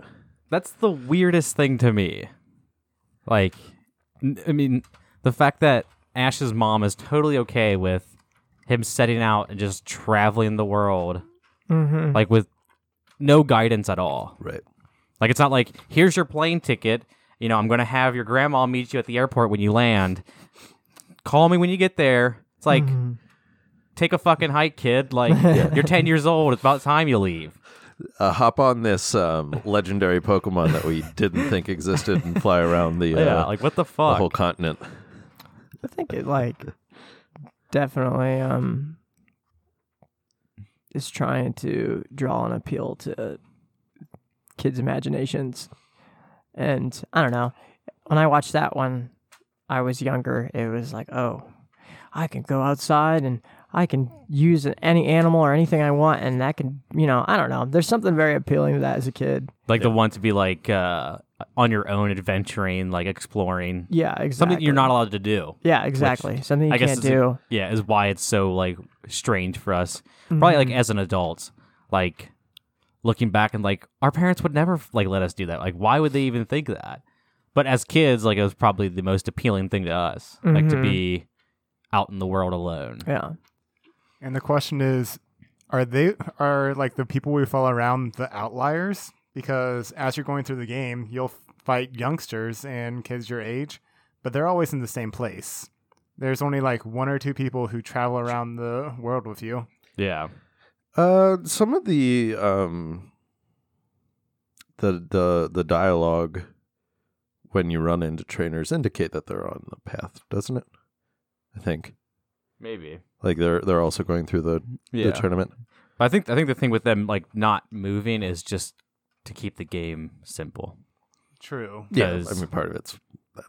S5: That's the weirdest thing to me. Like, n- I mean, the fact that Ash's mom is totally okay with him setting out and just traveling the world,
S3: Mm-hmm.
S5: like with no guidance at all.
S2: right.
S5: Like, it's not like here's your plane ticket. You know, I'm gonna have your grandma meet you at the airport when you land. Call me when you get there. It's like, take a fucking hike, kid. Like, you're 10 years old. It's about time you leave.
S2: Uh, hop on this um, legendary Pokemon that we didn't think existed and fly around the, uh,
S5: [LAUGHS] Yeah, like what the
S2: the
S5: fuck?
S2: whole continent.
S3: I think it like definitely um is trying to draw an appeal to kids' imaginations. And I don't know. When I watched that one, I was younger. It was like, oh, I can go outside and I can use any animal or anything I want, and that can, you know, I don't know. There's something very appealing to that as a kid.
S5: like the one to be like uh, on your own adventuring, like exploring
S3: Yeah, exactly.
S5: something you're not allowed to do.
S3: Yeah, exactly. Something you
S5: I guess
S3: can't
S5: is a-
S3: do.
S5: Yeah, is why it's so like strange for us. Probably
S2: Mm-hmm.
S5: like as an adult, like looking back and like our parents would never like let us do that. Like why would they even think that? But as kids, like it was probably the most appealing thing to us, like to
S3: Mhm.
S5: be
S2: Mm-hmm.
S5: out in the world alone.
S3: yeah.
S4: And the question is, are they are like the people we follow around the outliers? Because as you're going through the game, you'll fight youngsters and kids your age, but they're always in the same place. There's only like one or two people who travel around the world with you.
S5: Yeah,
S2: Uh, some of the um, the the the dialogue when you run into trainers indicate that they're on the path, doesn't it? I think
S5: maybe.
S2: like they're they're also going through the, the tournament.
S5: I think I think the thing with them like not moving is just to keep the game simple.
S4: True.
S2: Yeah, I
S5: Because-
S2: mean, part of it's. that.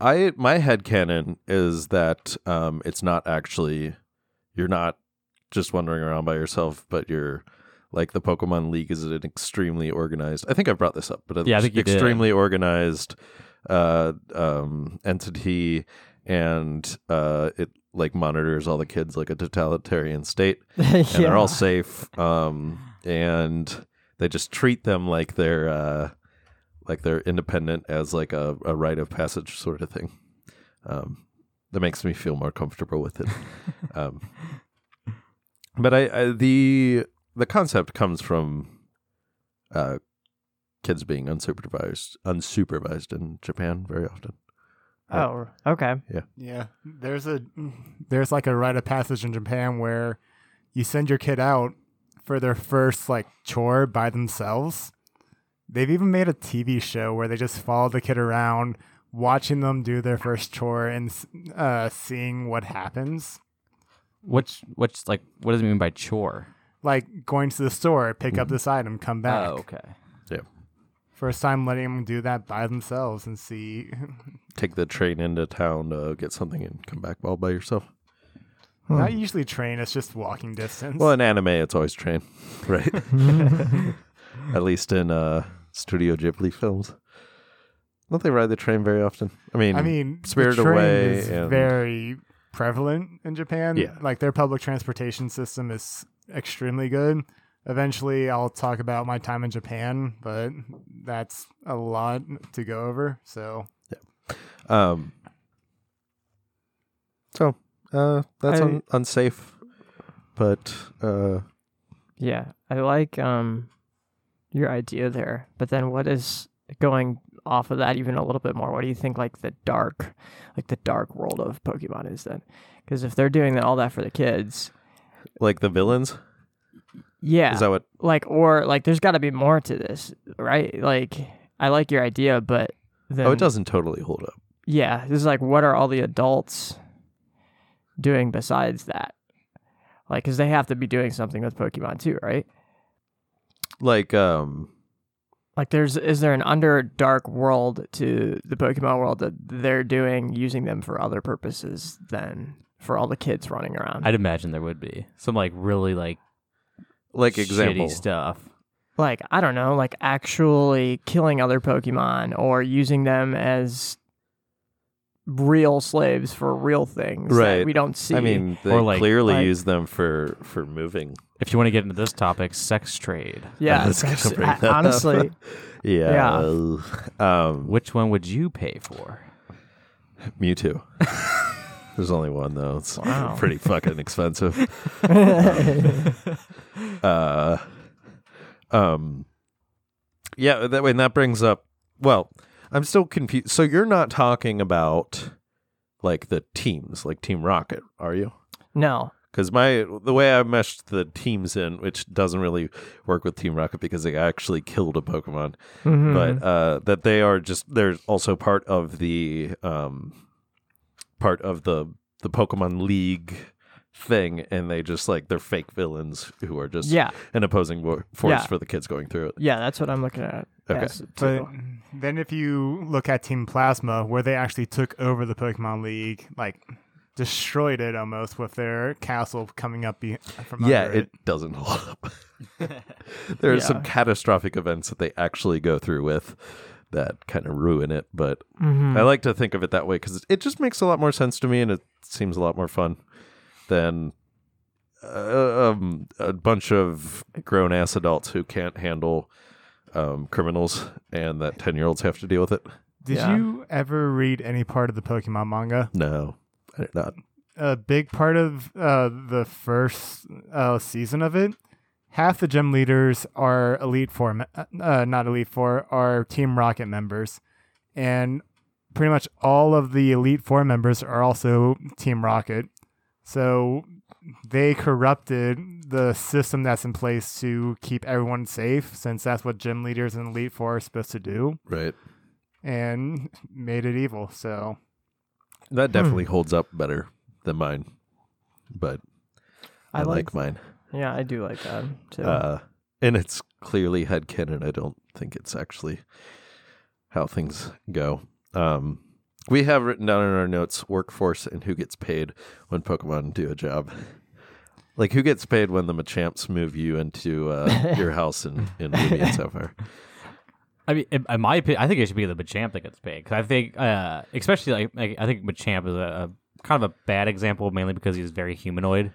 S2: I my head canon is that um, it's not actually you're not just wandering around by yourself, but you're like the Pokemon League is an extremely organized. I think I brought this up, but it's
S5: Yeah, I think you did.
S2: extremely organized uh, um, entity, and uh, it like monitors all the kids like a totalitarian state and
S3: [LAUGHS]
S2: they're all safe. Um, and they just treat them like they're uh, like they're independent as like a, a rite of passage sort of thing. Um, that makes me feel more comfortable with it. um, but I, I the the concept comes from uh, kids being unsupervised unsupervised in Japan very often.
S3: Oh, okay.
S4: Yeah. There's a there's like a rite of passage in Japan where you send your kid out for their first like chore by themselves. They've even made a TV show where they just follow the kid around watching them do their first chore and uh, seeing what happens.
S5: Which which like what does it mean by chore?
S4: Like going to the store, pick up this item, come back.
S5: Oh, okay.
S2: Yeah,
S4: First time letting them do that by themselves and see.
S2: take the train into town to get something and come back all by yourself.
S4: Not usually train, it's just walking distance.
S2: [LAUGHS] Well, in anime, it's always train, right? At least in uh, Studio Ghibli films. Don't they ride the train very often? I mean,
S4: I mean, the
S2: Spirited
S4: train
S2: Away
S4: is
S2: and-
S4: very prevalent in Japan.
S2: Yeah.
S4: Like their public transportation system is extremely good. Eventually, I'll talk about my time in Japan, but that's a lot to go over. So
S2: um, so uh, that's
S3: I-
S2: un- unsafe, but uh,
S3: Yeah, I like um your idea there. But then what is going off of that even a little bit more? What do you think like the dark like the dark world of Pokemon is then? Cuz if they're doing that, all that for the kids,
S2: like the villains,
S3: yeah.
S2: is that what?
S3: like or like there's got to be more to this, right? Like I like your idea, but then
S2: oh, it doesn't totally hold up.
S3: yeah, this is like what are all the adults doing besides that? Like cuz they have to be doing something with Pokemon too, right?
S2: Like, um,
S3: Like, there's is there an underdark world to the Pokemon world that they're doing using them for other purposes than for all the kids running around?
S5: I'd imagine there would be some like really like
S2: like
S5: shitty
S2: example,
S5: stuff.
S3: like, I don't know, like actually killing other Pokemon or using them as real slaves for real things that
S2: Right.
S3: we don't see.
S2: I mean, they
S5: Or like-
S2: clearly
S3: like-
S2: use them for for moving.
S5: If you want to get into this topic, sex trade.
S2: [LAUGHS]
S3: yeah,
S2: I was gonna
S3: that's-
S2: bring
S3: I-
S2: that up. [LAUGHS]
S3: honestly,
S2: Yeah. [LAUGHS] Um,
S5: Which one would you pay for?
S2: Mewtwo. There's only one though. It's
S3: Wow.
S2: [LAUGHS] pretty fucking expensive. uh, um, yeah. That way, and that brings up. Well, I'm still confused. So you're not talking about like the teams, like Team Rocket, are you?
S3: no,
S2: Because my the way I meshed the teams in, which doesn't really work with Team Rocket because they actually killed a Pokemon,
S3: Mm-hmm.
S2: but uh, that they are just they're also part of the um, part of the the Pokemon League thing, and they just like they're fake villains who are just
S3: yeah,
S2: an opposing wo- force
S3: Yeah.
S2: for the kids going through it.
S3: yeah, that's what I'm looking at.
S2: Okay.
S3: as it
S4: But
S3: too.
S4: then if you look at Team Plasma, where they actually took over the Pokemon League, like destroyed it almost with their castle coming up be- from
S2: Yeah,
S4: under
S2: it doesn't hold [LAUGHS] up. there are some
S3: Yeah.
S2: catastrophic events that they actually go through with that kind of ruin it, but
S3: Mhm.
S2: I like to think of it that way because it just makes a lot more sense to me, and it seems a lot more fun than uh, um, a bunch of grown ass adults who can't handle um, criminals, and that ten year olds have to deal with it.
S4: Did
S3: Yeah.
S4: you ever read any part of the Pokemon manga?
S2: No, I did not.
S4: A big part of uh, the first uh, season of it, half the gym leaders are Elite Four, me- uh, not Elite Four, are Team Rocket members. And pretty much all of the Elite Four members are also Team Rocket. So they corrupted the system that's in place to keep everyone safe, since that's what gym leaders and Elite Four are supposed to do,
S2: Right.
S4: and made it evil. So.
S2: That definitely holds up better than mine, but I, like, mine.
S3: yeah, I do like that too.
S2: Uh, and it's clearly headcanon. I don't think it's actually how things go. Um, we have written down in our notes workforce and who gets paid when Pokemon do a job. Like who gets paid when the Machamps move you into
S5: [LAUGHS]
S2: uh, your house in, in Ruby and Sapphire?
S5: I mean, in, in my opinion, I think it should be the Machamp that gets paid because I think, uh, especially like, like I think Machamp is a, a kind of a bad example, mainly because he's very humanoid.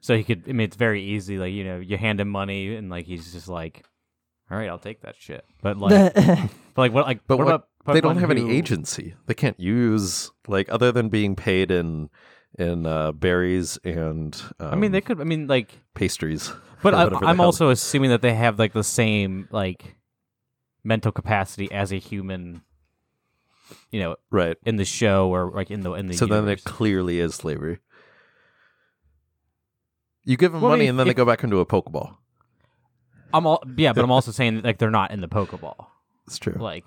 S5: So he could, I mean, it's very easy. Like you know, you hand him money and like he's just like, "All right, I'll take that shit." But like, but like what? Like,
S2: But
S5: what,
S2: what-
S5: about
S2: they don't
S5: Pokemon
S2: have any
S5: who-
S2: agency. They can't use like other than being paid in in uh, berries and um,
S5: I mean, they could. I mean, like,
S2: pastries.
S5: but
S2: or
S5: I,
S2: whatever the
S5: I'm
S2: hell.
S5: also assuming that they have like the same like mental capacity as a human. You know,
S2: right.
S5: in the show or like in the in the
S2: So then
S5: universe.
S2: it clearly is slavery. You give them
S5: Well, I
S2: money
S5: mean,
S2: and then they
S5: if-
S2: go back into a Pokeball.
S5: I'm all yeah, but I'm also saying that, like they're not in the Pokeball.
S2: It's true.
S5: Like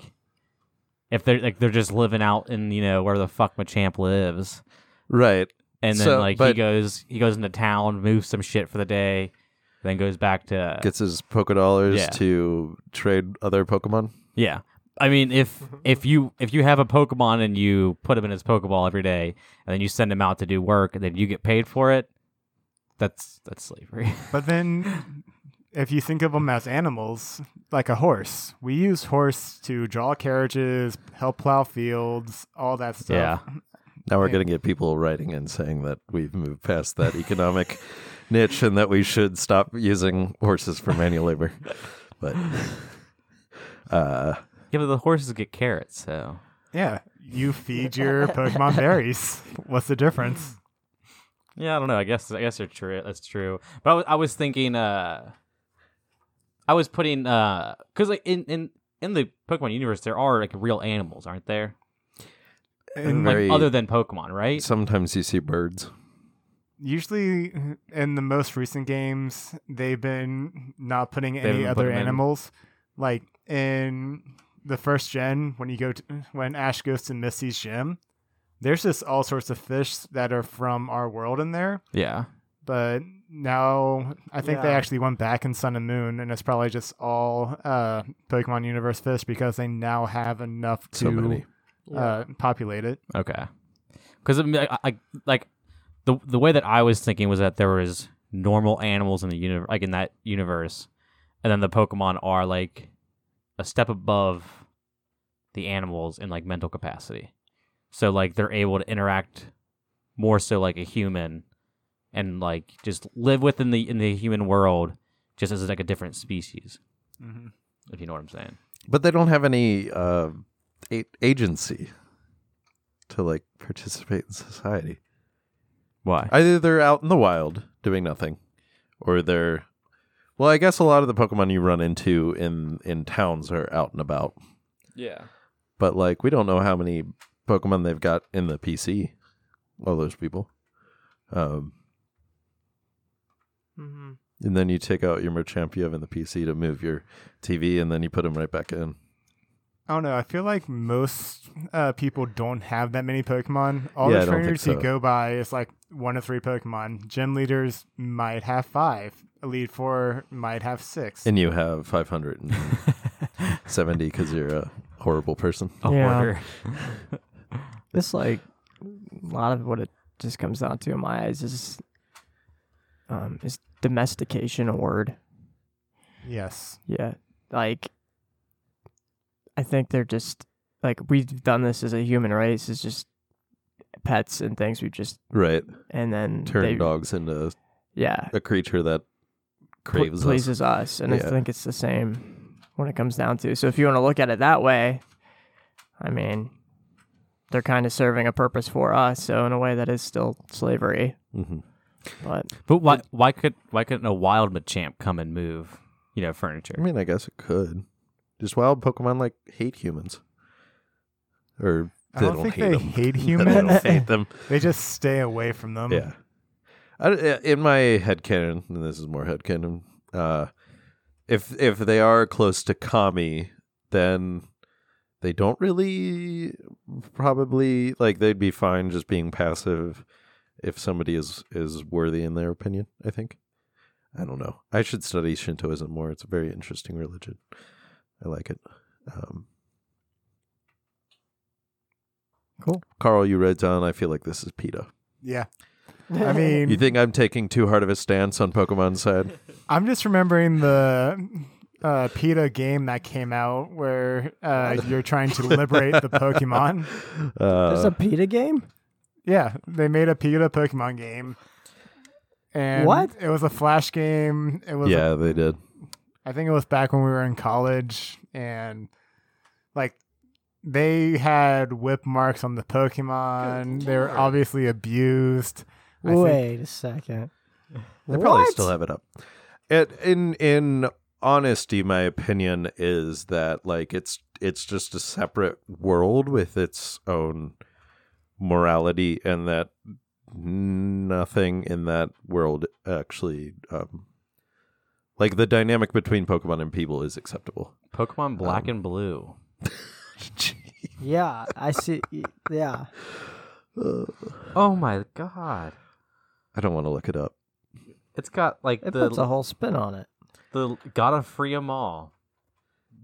S5: if they're like they're just living out in you know where the fuck Machamp lives,
S2: right.
S5: and then
S2: So,
S5: like he
S2: but-
S5: goes he goes into town, moves some shit for the day, then goes back to
S2: Gets his Pokedollars
S5: uh, Yeah.
S2: to trade other Pokemon.
S5: yeah. I mean, if if you if you have a Pokemon and you put him in his Pokeball every day, and then you send him out to do work, and then you get paid for it, that's that's slavery. [LAUGHS]
S4: But then if you think of them as animals, like a horse, we use horse to draw carriages, help plow fields, all that stuff.
S5: Yeah.
S2: Now we're going to get people writing and saying that we've moved past that economic [LAUGHS] niche and that we should stop using horses for manual
S5: [LAUGHS]
S2: labor. But uh,
S5: Yeah, but the horses get carrots, so
S4: Yeah. You feed your [LAUGHS] Pokemon berries. What's the difference?
S5: yeah, I don't know. I guess I guess they're true. That's true. But I was, I was thinking, uh, I was putting because like in in in the Pokemon universe, there are like real animals, aren't there?
S4: And
S2: Very-
S5: like other than Pokemon, right?
S2: sometimes you see birds.
S4: usually in the most recent games, they've been not putting any
S5: haven't put
S4: other
S5: 'em in.
S4: animals. Like in the first gen, when you go to, when Ash goes to Missy's gym, there's just all sorts of fish that are from our world in there.
S5: Yeah.
S4: but now I think they
S3: Yeah.
S4: actually went back in Sun and Moon, and it's probably just all uh, Pokemon Universe fish because they now have enough to
S2: So many.
S4: uh, populate it.
S5: Okay. Because I mean, I, I, like the the way that I was thinking was that there was normal animals in the universe, like in that universe, and then the Pokemon are like a step above the animals in like mental capacity. So like they're able to interact more so like a human, and like just live within the in the human world, just as like a different species. If you know what I'm saying.
S2: But they don't have any uh, a- agency to like participate in society.
S5: Why?
S2: Either they're out in the wild doing nothing, or they're well. I guess a lot of the Pokemon you run into in in towns are out and about.
S5: Yeah.
S2: But like, we don't know how many Pokemon they've got in the PC. All those people. Um,
S3: Mhm.
S2: and then you take out your Merchamp you have in the PC to move your TV, and then you put them right back in.
S4: I don't know. I feel like most uh, people don't have that many Pokemon. All
S2: Yeah, I
S4: the
S2: don't think
S4: trainers
S2: so.
S4: you go by is like one to three Pokemon. Gym leaders might have five. Elite four might have six.
S2: And you have 570 because you're a horrible person.
S5: [LAUGHS]
S3: Yeah. This like a lot of what it just comes down to in my eyes is um is domestication a word?
S4: yes.
S3: Yeah. Like I think they're just like we've done this as a human race is just pets and things we've just
S2: Right.
S3: and then
S2: Turn
S3: they,
S2: dogs into
S3: yeah
S2: a creature that
S3: pl-
S2: craves us.
S3: pleases us. and
S2: Yeah.
S3: I think it's the same when it comes down to. So if you want to look at it that way, I mean, they're kind of serving a purpose for us. So in a way, that is still slavery.
S2: Mhm.
S3: But
S5: But why why could why couldn't a wild Machamp come and move, you know, furniture?
S2: I mean, I guess it could. Just wild Pokemon like hate humans, or
S4: I
S2: they
S4: don't think
S2: hate
S4: they
S2: 'em. [LAUGHS]
S4: hate
S2: they
S4: humans.
S2: don't hate them.
S4: they just stay away from them.
S2: Yeah. I, uh, in my headcanon, and this is more headcanon, uh, if if they are close to Kami, then they don't really probably like they'd be fine just being passive if somebody is is worthy in their opinion, I think. I don't know. I should study Shintoism more. It's a very interesting religion. I like it. Um,
S3: Cool.
S2: Carl, you read down, I feel like this is PETA.
S4: Yeah. I mean,
S2: You think I'm taking too hard of a stance on Pokemon's side?
S4: I'm just remembering the uh, PETA game that came out where uh, you're trying to liberate the Pokemon.
S3: there's
S2: Uh,
S3: a PETA game.
S4: Yeah, they made a PETA Pokemon game. And
S3: What?
S4: It was a Flash game. It was,
S2: yeah, they did.
S4: I think it was back when we were in college, and like they had whip marks on the Pokemon. They were obviously abused. I think-
S6: Wait a second.
S2: They probably still have it up. It in in honesty, my opinion is that like it's it's just a separate world with its own morality, and that nothing in that world actually um, like the dynamic between Pokemon and people is acceptable.
S5: Pokemon Black and [LAUGHS] Blue.
S6: Yeah, I see. Yeah.
S5: Oh my god.
S2: I don't want to look it up.
S5: It's got like
S6: It
S5: the
S6: puts a whole spin on it.
S5: the gotta free 'em all.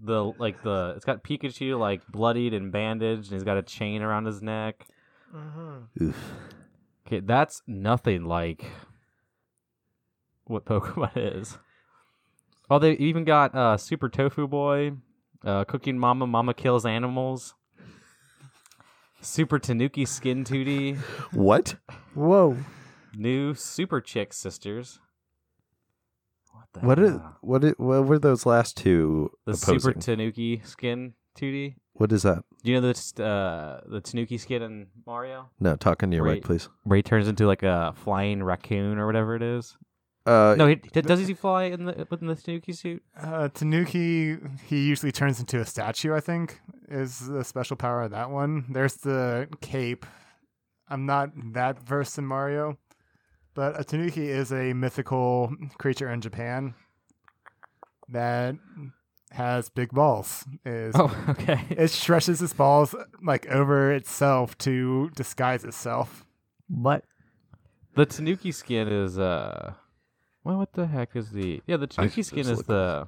S5: The like the it's got Pikachu like bloodied and bandaged and he's got a chain around his neck.
S6: Mm-hmm.
S5: Okay, [LAUGHS] that's nothing like what Pokemon is. Oh, they even got uh, Super Tofu Boy, uh, Cooking Mama, Mama Kills Animals, Super Tanuki Skin 2D,
S2: What?
S6: Whoa.
S5: new Super Chick Sisters. What the
S2: What is,
S5: hell?
S2: what i- what were those last two
S5: the Super
S2: opposing?
S5: Tanuki Skin 2D?
S2: what is that?
S5: Do you know the uh, the Tanuki Skin in Mario?
S2: No, talk into your
S5: Right.
S2: mic, please.
S5: Where he turns into like a flying raccoon or whatever it is.
S2: Uh,
S5: No, he, does he fly in the within the Tanuki suit?
S4: Uh, Tanuki, he usually turns into a statue, I think, is the special power of that one. There's the cape. I'm not that versed in Mario, but a Tanuki is a mythical creature in Japan that has big balls. Is
S5: Oh, [LAUGHS] okay.
S4: It stretches its balls like over itself to disguise itself.
S3: What?
S5: The Tanuki skin is uh, well, what the heck is the yeah? The Tanuki skin
S2: just
S5: is
S2: looked
S5: the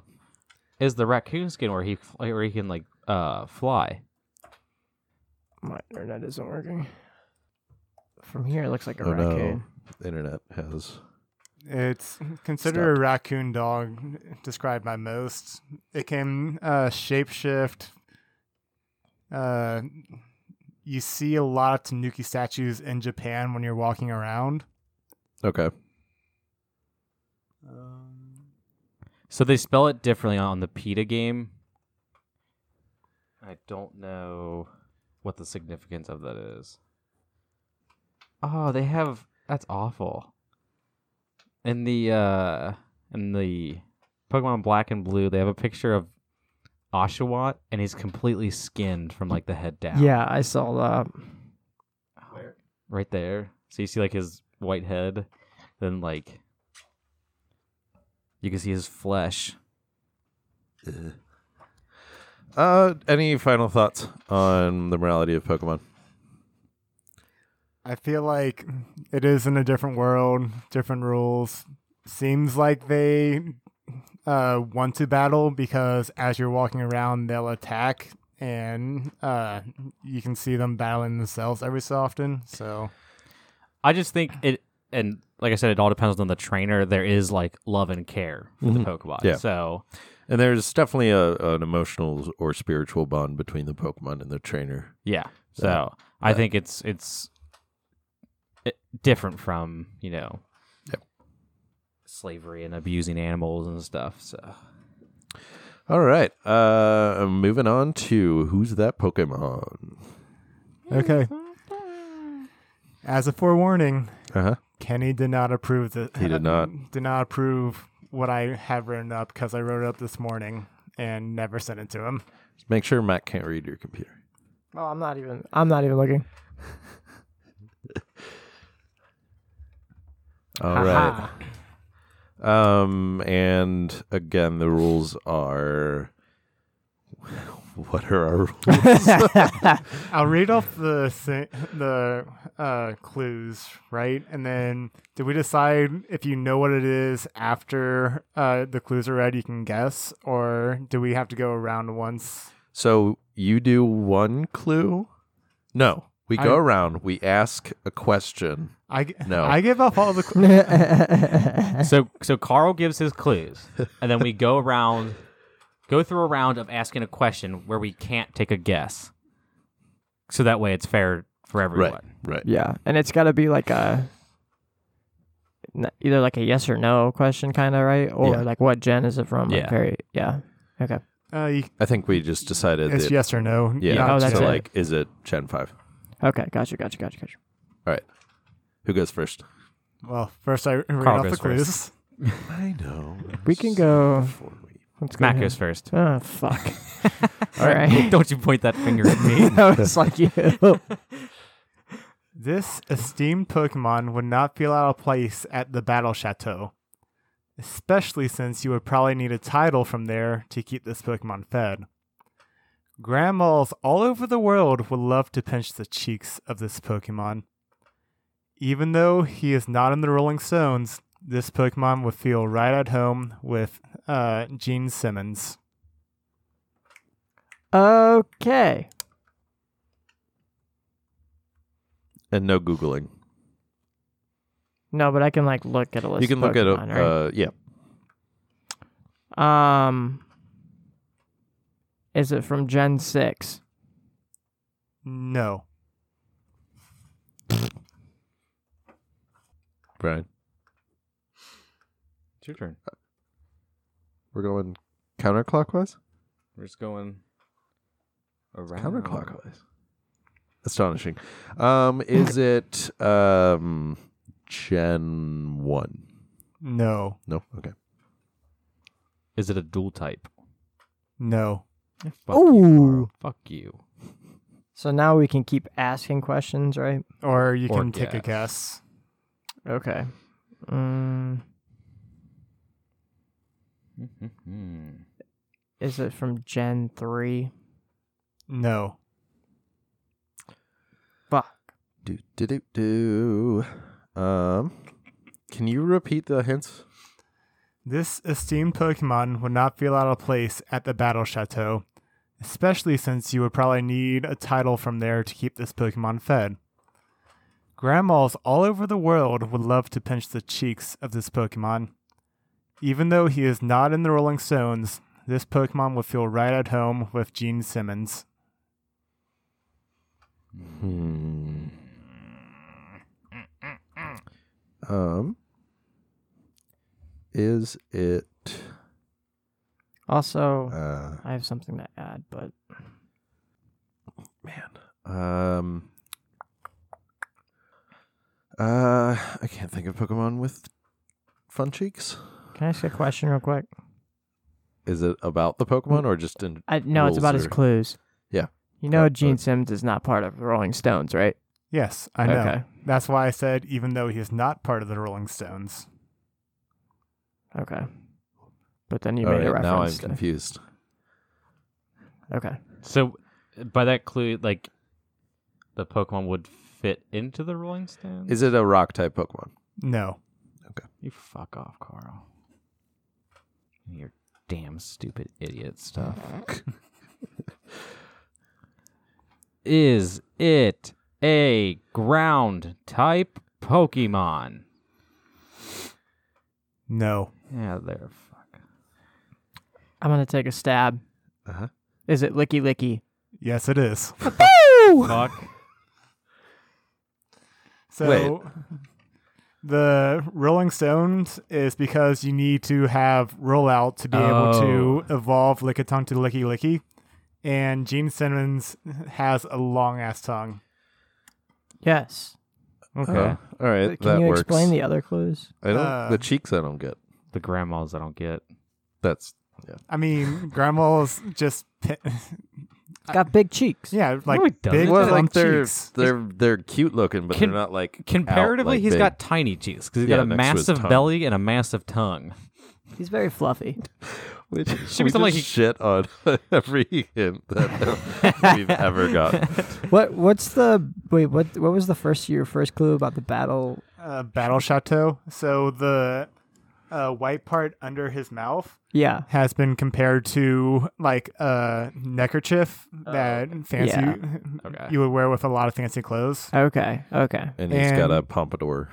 S5: is the raccoon skin where he fl- where he can like uh fly.
S3: My internet isn't working. From here, it looks like a
S2: oh
S3: raccoon.
S2: no, the internet has.
S4: It's considered a raccoon dog, described by most. It can uh, shapeshift. Uh, you see a lot of Tanuki statues in Japan when you're walking around.
S2: Okay.
S5: So they spell it differently on the PETA game. I don't know what the significance of that is. Oh, they have that's awful. In the uh in the Pokemon Black and Blue, they have a picture of Oshawott and he's completely skinned from like the head down.
S3: Yeah, I saw that.
S5: Right there. So you see like his white head, then like you can see his flesh.
S2: Uh, any final thoughts on the morality of Pokemon?
S4: I feel like it is in a different world, different rules. Seems like they uh, want to battle because as you're walking around, they'll attack, and uh, you can see them battling themselves every so often. So
S5: I just think it, and like I said, it all depends on the trainer. There is like love and care for the Pokemon.
S2: Mm-hmm. Yeah.
S5: So
S2: And there's definitely a, an emotional or spiritual bond between the Pokemon and the trainer.
S5: yeah. So I think it's it's it, different from you know
S2: Yep.
S5: slavery and abusing animals and stuff.
S2: [LAUGHS]
S5: So
S2: All right. Uh, moving on to who's that Pokemon?
S3: [LAUGHS]
S4: okay. As a forewarning,
S2: Uh huh.
S4: Kenny did not approve the.
S2: He did not.
S4: [LAUGHS] did not approve what I had written up because I wrote it up this morning and never sent it to him.
S2: Make sure Matt can't read your computer.
S6: Oh, I'm not even. I'm not even looking.
S2: All right. Um, and again, the rules are. What are our rules?
S4: I'll read off the thi- the uh, clues, right? And then did we decide if you know what it is after uh, the clues are read, you can guess, or do we have to go around once?
S2: so you do one clue? No. We go
S4: I-
S2: around, we ask a question.
S4: I g-
S2: No.
S4: I give up all the
S3: [LAUGHS]
S4: clues.
S5: so so Carl gives his clues, and then we go around, go through a round of asking a question where we can't take a guess. So that way it's fair for everyone.
S2: Right.
S3: Yeah, and it's got to be like a n- either like a yes or no question, kind of right, or
S2: Yeah.
S3: like what gen is it from? like,
S5: Yeah.
S3: very. Yeah. Okay.
S4: uh, you,
S2: I think we just decided
S4: it's
S2: that.
S4: yes or no.
S2: Yeah.
S4: not
S3: Oh, that's
S2: so,
S3: it.
S2: like, is it Gen 5?
S3: Okay. Gotcha. Gotcha. Gotcha. Gotcha.
S2: All right. Who goes first?
S4: Well, first I read off the
S5: goes
S4: clues.
S5: first.
S2: I know.
S3: We can go. Let's
S2: Mm-hmm.
S3: go
S5: Matt
S3: here.
S5: goes first. [LAUGHS]
S2: [LAUGHS]
S3: Oh fuck! All right. [LAUGHS]
S5: Don't you point that finger at me.
S3: I was
S2: [LAUGHS]
S3: like, you.
S4: This esteemed Pokemon would not feel out of place at the Battle Chateau, especially since you would probably need a title from there to keep this Pokemon fed. Grandmas all over the world would love to pinch the cheeks of this Pokemon. Even though he is not in the Rolling Stones, this Pokemon would feel right at home with uh, Gene Simmons.
S3: Okay.
S2: And no Googling.
S3: No, but I can like look at a list.
S2: you can look
S3: of
S2: uh, at a.
S3: Pokemon, right?
S2: Uh, yeah.
S3: Um, is it from Gen six?
S4: No.
S2: Brian,
S5: It's your turn.
S2: we're going counterclockwise.
S5: We're just going around.
S2: Counterclockwise. Astonishing. Um,
S5: [LAUGHS]
S2: is it um, Gen One?
S4: No.
S2: No. Okay.
S5: Is it a dual type?
S4: No.
S5: Fuck you, Carl.
S6: Ooh.
S5: Fuck you.
S6: So now we can keep asking questions, right?
S4: Or you
S5: Or
S4: can take a guess.
S3: Okay. Mm,
S5: Mhm.
S3: is it from Gen three?
S4: No.
S3: Fuck.
S2: Do do do do. Um, can you repeat the hints?
S4: This esteemed Pokemon would not feel out of place at the Battle Chateau, especially since you would probably need a title from there to keep this Pokemon fed. Grandmas all over the world would love to pinch the cheeks of this Pokemon. Even though he is not in the Rolling Stones, this Pokemon would feel right at home with Gene Simmons.
S2: Hmm. Um, is it
S3: Also,
S2: uh
S3: I have something to add, but
S2: man um uh I can't think of Pokemon with fun cheeks.
S3: can I ask a question real quick?
S2: Is it about the Pokemon or just in?
S3: I no,
S2: Rules
S3: it's about his
S2: are-
S3: clues.
S2: Yeah.
S3: You know,
S2: Yeah,
S3: Gene
S2: but-
S3: Simmons is not part of the Rolling Stones, right?
S4: Yes, I know.
S3: Okay.
S4: That's why I said even though he is not part of the Rolling Stones.
S3: Okay. But then you
S2: All
S3: made a
S2: right, Oh, now I'm
S3: reference. to-
S2: confused.
S3: okay.
S5: So, by that clue, like the Pokemon would fit into the Rolling Stones.
S2: Is it a rock type Pokemon?
S4: No.
S5: you fuck off, Carl? Your damn stupid
S2: [LAUGHS]
S5: idiot stuff. Is it a ground type Pokemon?
S4: No.
S5: Yeah, there. Fuck.
S3: I'm gonna take a stab.
S2: Uh-huh.
S3: Is it Licky Licky?
S4: Yes, it is.
S2: [LAUGHS]
S5: Fuck.
S4: So the Rolling Stones is because you need to have rollout to be able
S5: Oh.
S4: to evolve Lickitung to Licky Licky. And Gene Simmons has a long ass tongue.
S3: Yes.
S5: Okay.
S2: Oh, all right,
S6: But
S2: that
S6: Can you
S2: works.
S6: explain the other clues?
S2: I don't
S4: Uh,
S2: the cheeks. I don't get.
S5: The grandmas I don't get.
S2: That's
S5: [LAUGHS]
S4: I mean, grandma's just pi-
S6: It's got big cheeks.
S4: yeah, like
S5: he doesn't.
S4: big
S5: Well,
S4: well,
S2: like they're
S4: cheeks.
S2: they're they're cute looking, but
S5: Con-
S2: they're not like
S5: Comparatively,
S2: Out, like,
S5: he's
S2: big.
S5: got [LAUGHS] tiny cheeks because he's
S2: Yeah,
S5: got a
S2: next to his
S5: massive
S2: tongue.
S5: belly and a massive tongue.
S6: He's very fluffy.
S5: [LAUGHS]
S2: Which
S5: be
S2: we
S5: something like
S2: just
S5: he-
S2: shit on [LAUGHS] every hint that we've ever got.
S6: what? What's the wait? What? What was the first your first clue about the battle?
S4: uh, Battle Chateau. So the uh, white part under his mouth
S6: Yeah.
S4: has been compared to like a neckerchief that fancy
S3: Yeah.
S5: Oh, Okay.
S4: you would wear with a lot of fancy clothes.
S3: Okay. Okay.
S2: And he's got
S4: And-
S2: a pompadour.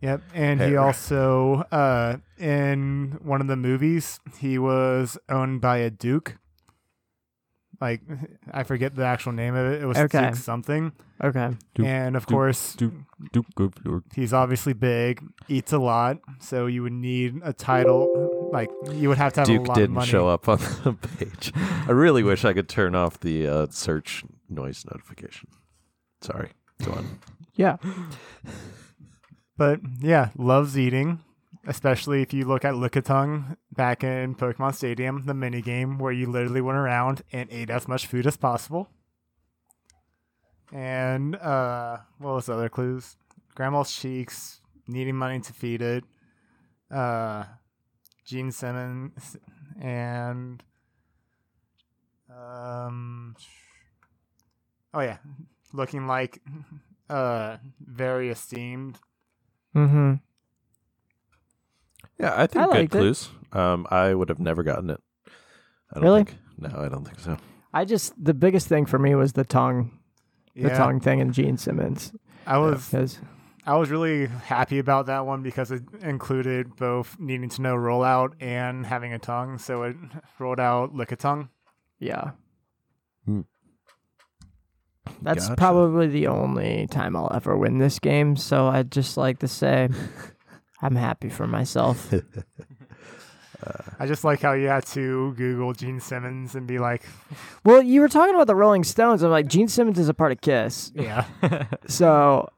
S4: Yep, and he
S2: Hair.
S4: also uh, in one of the movies he was owned by a duke. Like I forget the actual name of it. It was
S3: Okay.
S4: Duke something.
S3: Okay.
S5: Duke-
S4: and of
S5: Duke-
S4: course,
S5: Duke, Duke of York.
S4: he's obviously big, eats a lot, so you would need a title. Like you would have to have a
S2: Duke
S4: lot of
S2: didn't
S4: money.
S2: show up on the [LAUGHS] page. I really wish I could turn off the uh, search noise notification. Sorry. Go on.
S3: Yeah.
S4: But yeah, loves eating. Especially if you look at Lickitung back in Pokemon Stadium, the minigame where you literally went around and ate as much food as possible. And uh what was the other clues? Grandma's cheeks, needing money to feed it, uh Gene Simmons and um oh yeah. Looking like uh very esteemed
S3: Mm-hmm.
S2: Yeah, I think
S3: I
S2: good
S3: liked it.
S2: clues. Um, I would have never gotten it. I don't
S3: Really?
S2: Think, no, I don't think so.
S3: I just the biggest thing for me was the tongue, the
S4: Yeah,
S3: tongue thing, and Gene Simmons
S4: I was
S3: because
S4: I was really happy about that one because it included both needing to know rollout and having a tongue. So it rolled out lick a tongue.
S3: Yeah.
S2: Hmm.
S3: That's
S2: Gotcha.
S3: probably the only time I'll ever win this game, so I'd just like
S2: [LAUGHS]
S3: to say I'm happy for myself.
S4: I just like how you had to Google Gene Simmons and be like,
S3: well, you were talking about the Rolling Stones. I'm like, Gene Simmons is a part of Kiss.
S4: yeah,
S5: [LAUGHS]
S3: So,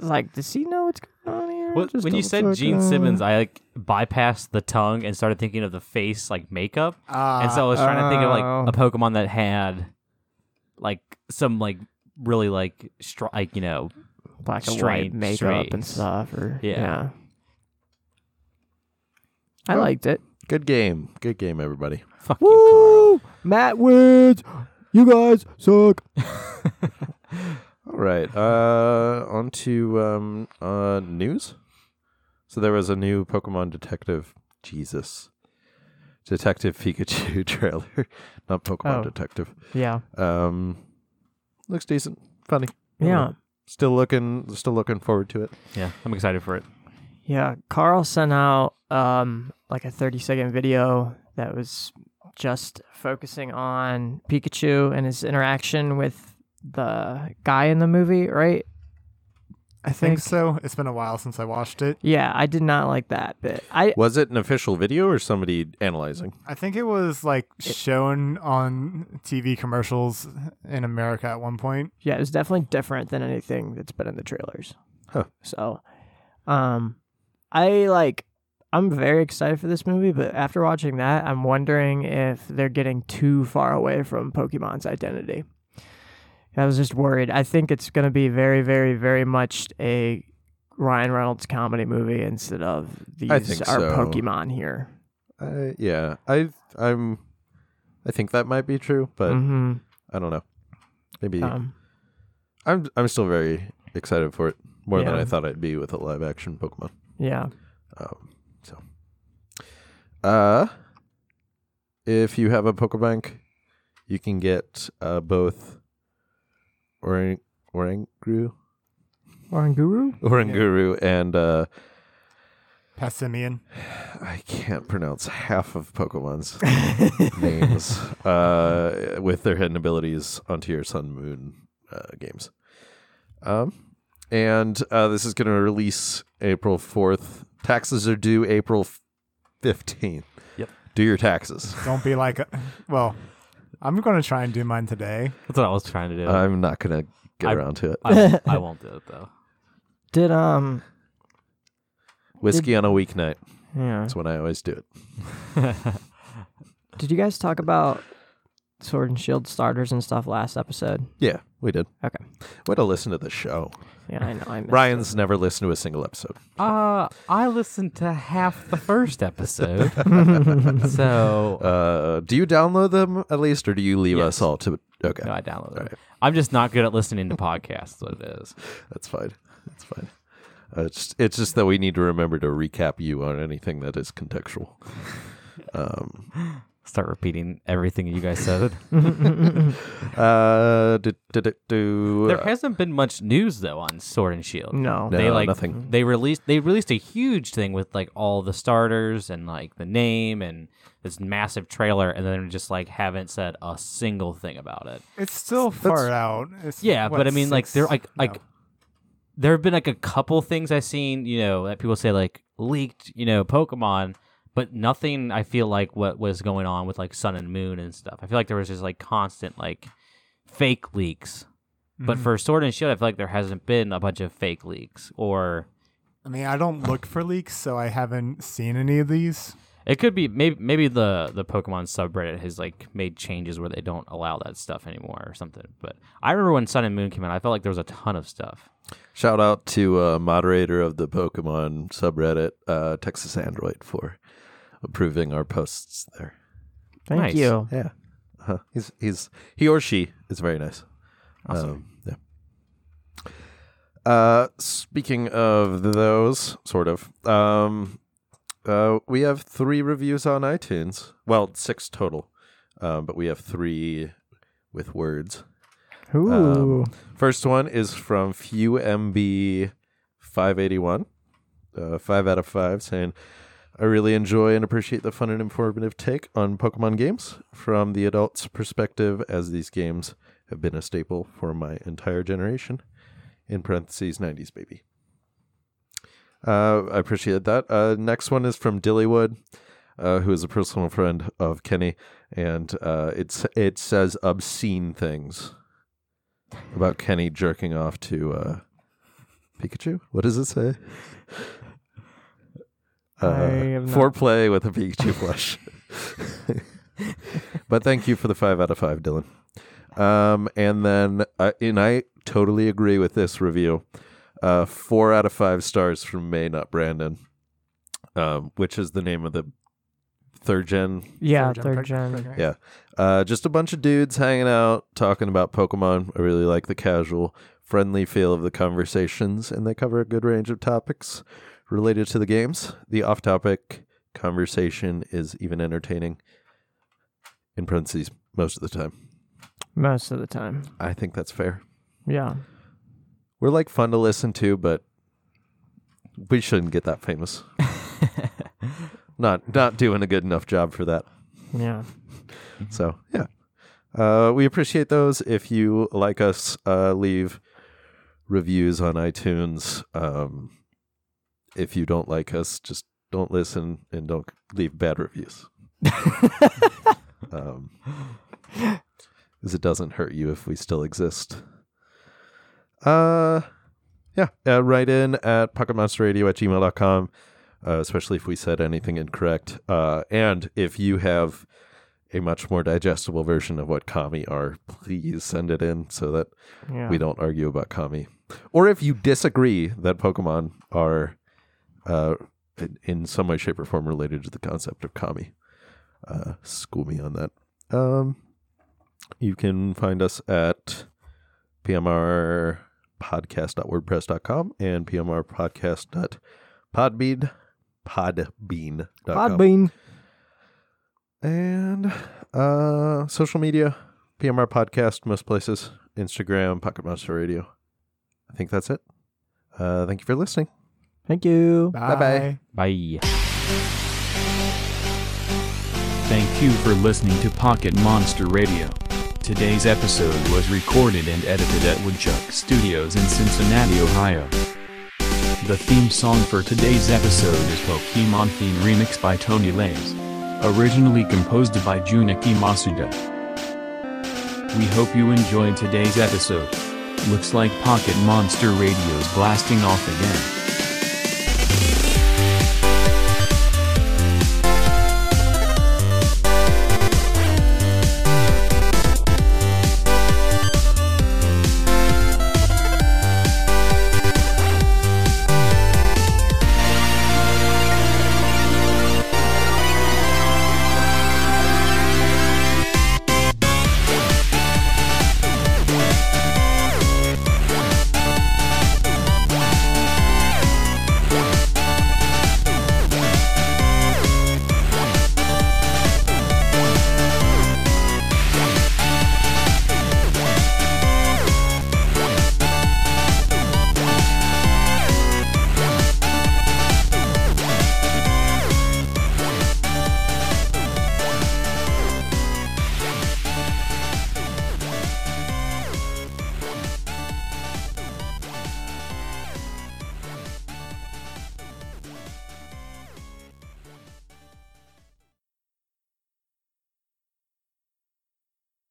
S3: like, does he know what's going on here?
S5: Wh-
S3: Just
S5: when you
S3: double
S5: said
S3: check,
S5: Gene
S3: uh,
S5: Simmons, I like bypassed the tongue and started thinking of the face like makeup,
S4: Ah,
S5: and so I was trying to think of
S3: oh.
S5: like a Pokemon that had like some like really like stri- like you know
S3: black and
S5: Strange-
S3: white makeup and
S5: strange.
S3: stuff. Or, yeah.
S5: Yeah.
S2: Oh.
S3: I liked it.
S2: Good game. Good game, everybody.
S5: fuck
S6: Woo! Matt wins. You guys suck.
S2: All right. Uh, on to um, uh, news. So there was a new Pokemon Detective Jesus, Detective Pikachu [LAUGHS] trailer, not Pokemon
S3: Oh.
S2: Detective.
S3: Yeah.
S2: Um, looks decent, funny.
S3: Yeah.
S2: Still looking, still looking forward to it.
S5: Yeah, I'm excited for it.
S3: Yeah, Carl sent out um, like a 30 second video that was just focusing on Pikachu and his interaction with the guy in the movie, right?
S4: I think so. It's been a while since I watched it.
S3: Yeah, I did not like that bit. I
S2: Was it an official video or somebody analyzing?
S4: I think it was like shown on TV commercials in America at one point.
S3: yeah, it was definitely different than anything that's been in the trailers.
S2: Huh.
S3: So, um, I like I'm very excited for this movie, but after watching that, I'm wondering if they're getting too far away from Pokemon's identity. I was just worried. I think it's going to be very, very, very much a Ryan Reynolds comedy movie instead of these are
S2: think so.
S3: Pokemon here.
S2: Uh, yeah, I, I'm, I think that might be true, but
S3: hmm
S2: I don't know. Maybe
S3: Um,
S2: I'm. I'm still very excited for it more than
S3: Yeah.
S2: I thought I'd be with a live action Pokemon.
S3: yeah.
S2: Um, so, uh, if you have a Pokebank, you can get uh, both Orang Oranguru
S3: Oranguru?
S2: Oranguru and uh,
S4: Passimian.
S2: I can't pronounce half of
S5: [LAUGHS]
S2: Pokemon's names uh, with their hidden abilities onto your Sun Moon uh, games. Um, and uh, this is going to release April 4th. Taxes are due April 15th.
S5: Yep.
S2: Do your taxes.
S4: Don't be like, [LAUGHS] well, I'm going to try and do mine today.
S5: That's what I was trying to do.
S2: I'm not going to get
S5: I-
S2: around to it.
S5: I, won't- I won't do it though.
S3: Did, um,
S2: Whiskey on a weeknight.
S3: yeah.
S2: That's when I always do it.
S3: Did you guys talk about Sword and Shield starters and stuff last episode?
S2: Yeah, we did.
S3: Okay.
S2: Way to listen to the show.
S3: Yeah, I know. I missed
S2: Ryan's never listened to a single episode.
S5: Uh, I listened to half the first episode, so
S2: Uh, do you download them at least, or do you leave us all to? Okay.
S5: no, I downloaded.
S2: All
S5: it.
S2: right.
S5: I'm just not good at listening to podcasts. That's what it is.
S2: That's fine. That's fine. Uh, it's just, it's just that we need to remember to recap you on anything that is contextual. [LAUGHS] Um,
S5: Start repeating everything you guys said.
S2: uh, do, do, do, do,
S5: there
S2: uh,
S5: hasn't been much news though on Sword and Shield.
S3: No.
S2: no,
S5: they like
S2: nothing.
S5: they released they released a huge thing with like all the starters and like the name and this massive trailer and then just like haven't said a single thing about it.
S4: It's still far out. It's,
S5: Yeah,
S4: what,
S5: but I mean like
S4: six-
S5: there like
S4: no.
S5: like there have been like a couple things I've seen, you know, that people say like leaked, you know, Pokemon, but nothing I feel like what was going on with like Sun and Moon and stuff. I feel like there was just like constant like fake leaks. But
S4: Mm-hmm.
S5: for Sword and Shield, I feel like there hasn't been a bunch of fake leaks or
S4: I mean, I don't look for leaks, so I haven't seen any of these.
S5: It could be maybe maybe the the Pokemon subreddit has like made changes where they don't allow that stuff anymore or something. But I remember when Sun and Moon came out, I felt like there was a ton of stuff.
S2: Shout out to uh, moderator of the Pokemon subreddit, uh, Texas Android, for approving our posts there.
S3: Thank
S5: Nice.
S3: you.
S2: Yeah, uh-huh. he's he's he or she is very nice. Um, yeah. Uh, speaking of those, sort of, um, uh, we have three reviews on iTunes. Well, six total, um, but we have three with words.
S3: Ooh.
S2: First one is from FewMB 581. Uh, five out of five saying, I really enjoy and appreciate the fun and informative take on Pokemon games from the adult's perspective, as these games have been a staple for my entire generation. In parentheses, 90s baby. Uh, I appreciate that. Uh, next one is from Dillywood, uh, who is a personal friend of Kenny, and uh, it's it says obscene things about Kenny jerking off to uh, Pikachu. What does it say? Uh,
S3: have not-
S2: foreplay with a Pikachu plush. [LAUGHS] but thank you for the five out of five, Dylan. Um, and then, uh, and I totally agree with this review. Uh, four out of five stars from May, not Brandon, um, which is the name of the third gen
S3: Yeah,
S4: Third gen,
S3: third
S4: preg-
S3: gen.
S4: preg-
S2: Yeah. uh, just a bunch of dudes hanging out, talking about Pokemon. I really like the casual, friendly feel of the conversations, and they cover a good range of topics related to the games. The off topic conversation is even entertaining, in parentheses, most of the time.
S3: Most of the time.
S2: I think that's fair.
S3: Yeah.
S2: We're like fun to listen to, but we shouldn't get that famous. not not doing a good enough job for that.
S3: Yeah.
S2: So yeah, uh, we appreciate those. If you like us, uh, leave reviews on iTunes. Um, if you don't like us, just don't listen and don't leave bad reviews. um, 'cause it doesn't hurt you if we still exist. Uh, yeah, uh, write in at pocketmonsterradio at gmail.com, uh, especially if we said anything incorrect. Uh, and if you have a much more digestible version of what kami are, please send it in so that
S3: Yeah.
S2: we don't argue about kami. Or if you disagree that Pokemon are uh, in- in some way, shape, or form related to the concept of kami, uh, school me on that. Um, you can find us at pmrpodcast.wordpress.com and pmrpodcast.podbean. Podbean.
S6: Podbean.
S2: And uh social media, PMR podcast, most places, Instagram, Pocket Monster Radio. I think that's it. Uh thank you for listening.
S6: Thank you.
S4: Bye
S2: Bye-bye.
S4: bye.
S5: Bye.
S1: Thank you for listening to Pocket Monster Radio. Today's episode was recorded and edited at Woodchuck Studios in Cincinnati, Ohio. The theme song for today's episode is Pokemon Theme Remix by Tony Lays. Originally composed by Junichi Masuda. We hope you enjoyed today's episode. Looks like Pocket Monster Radio's blasting off again.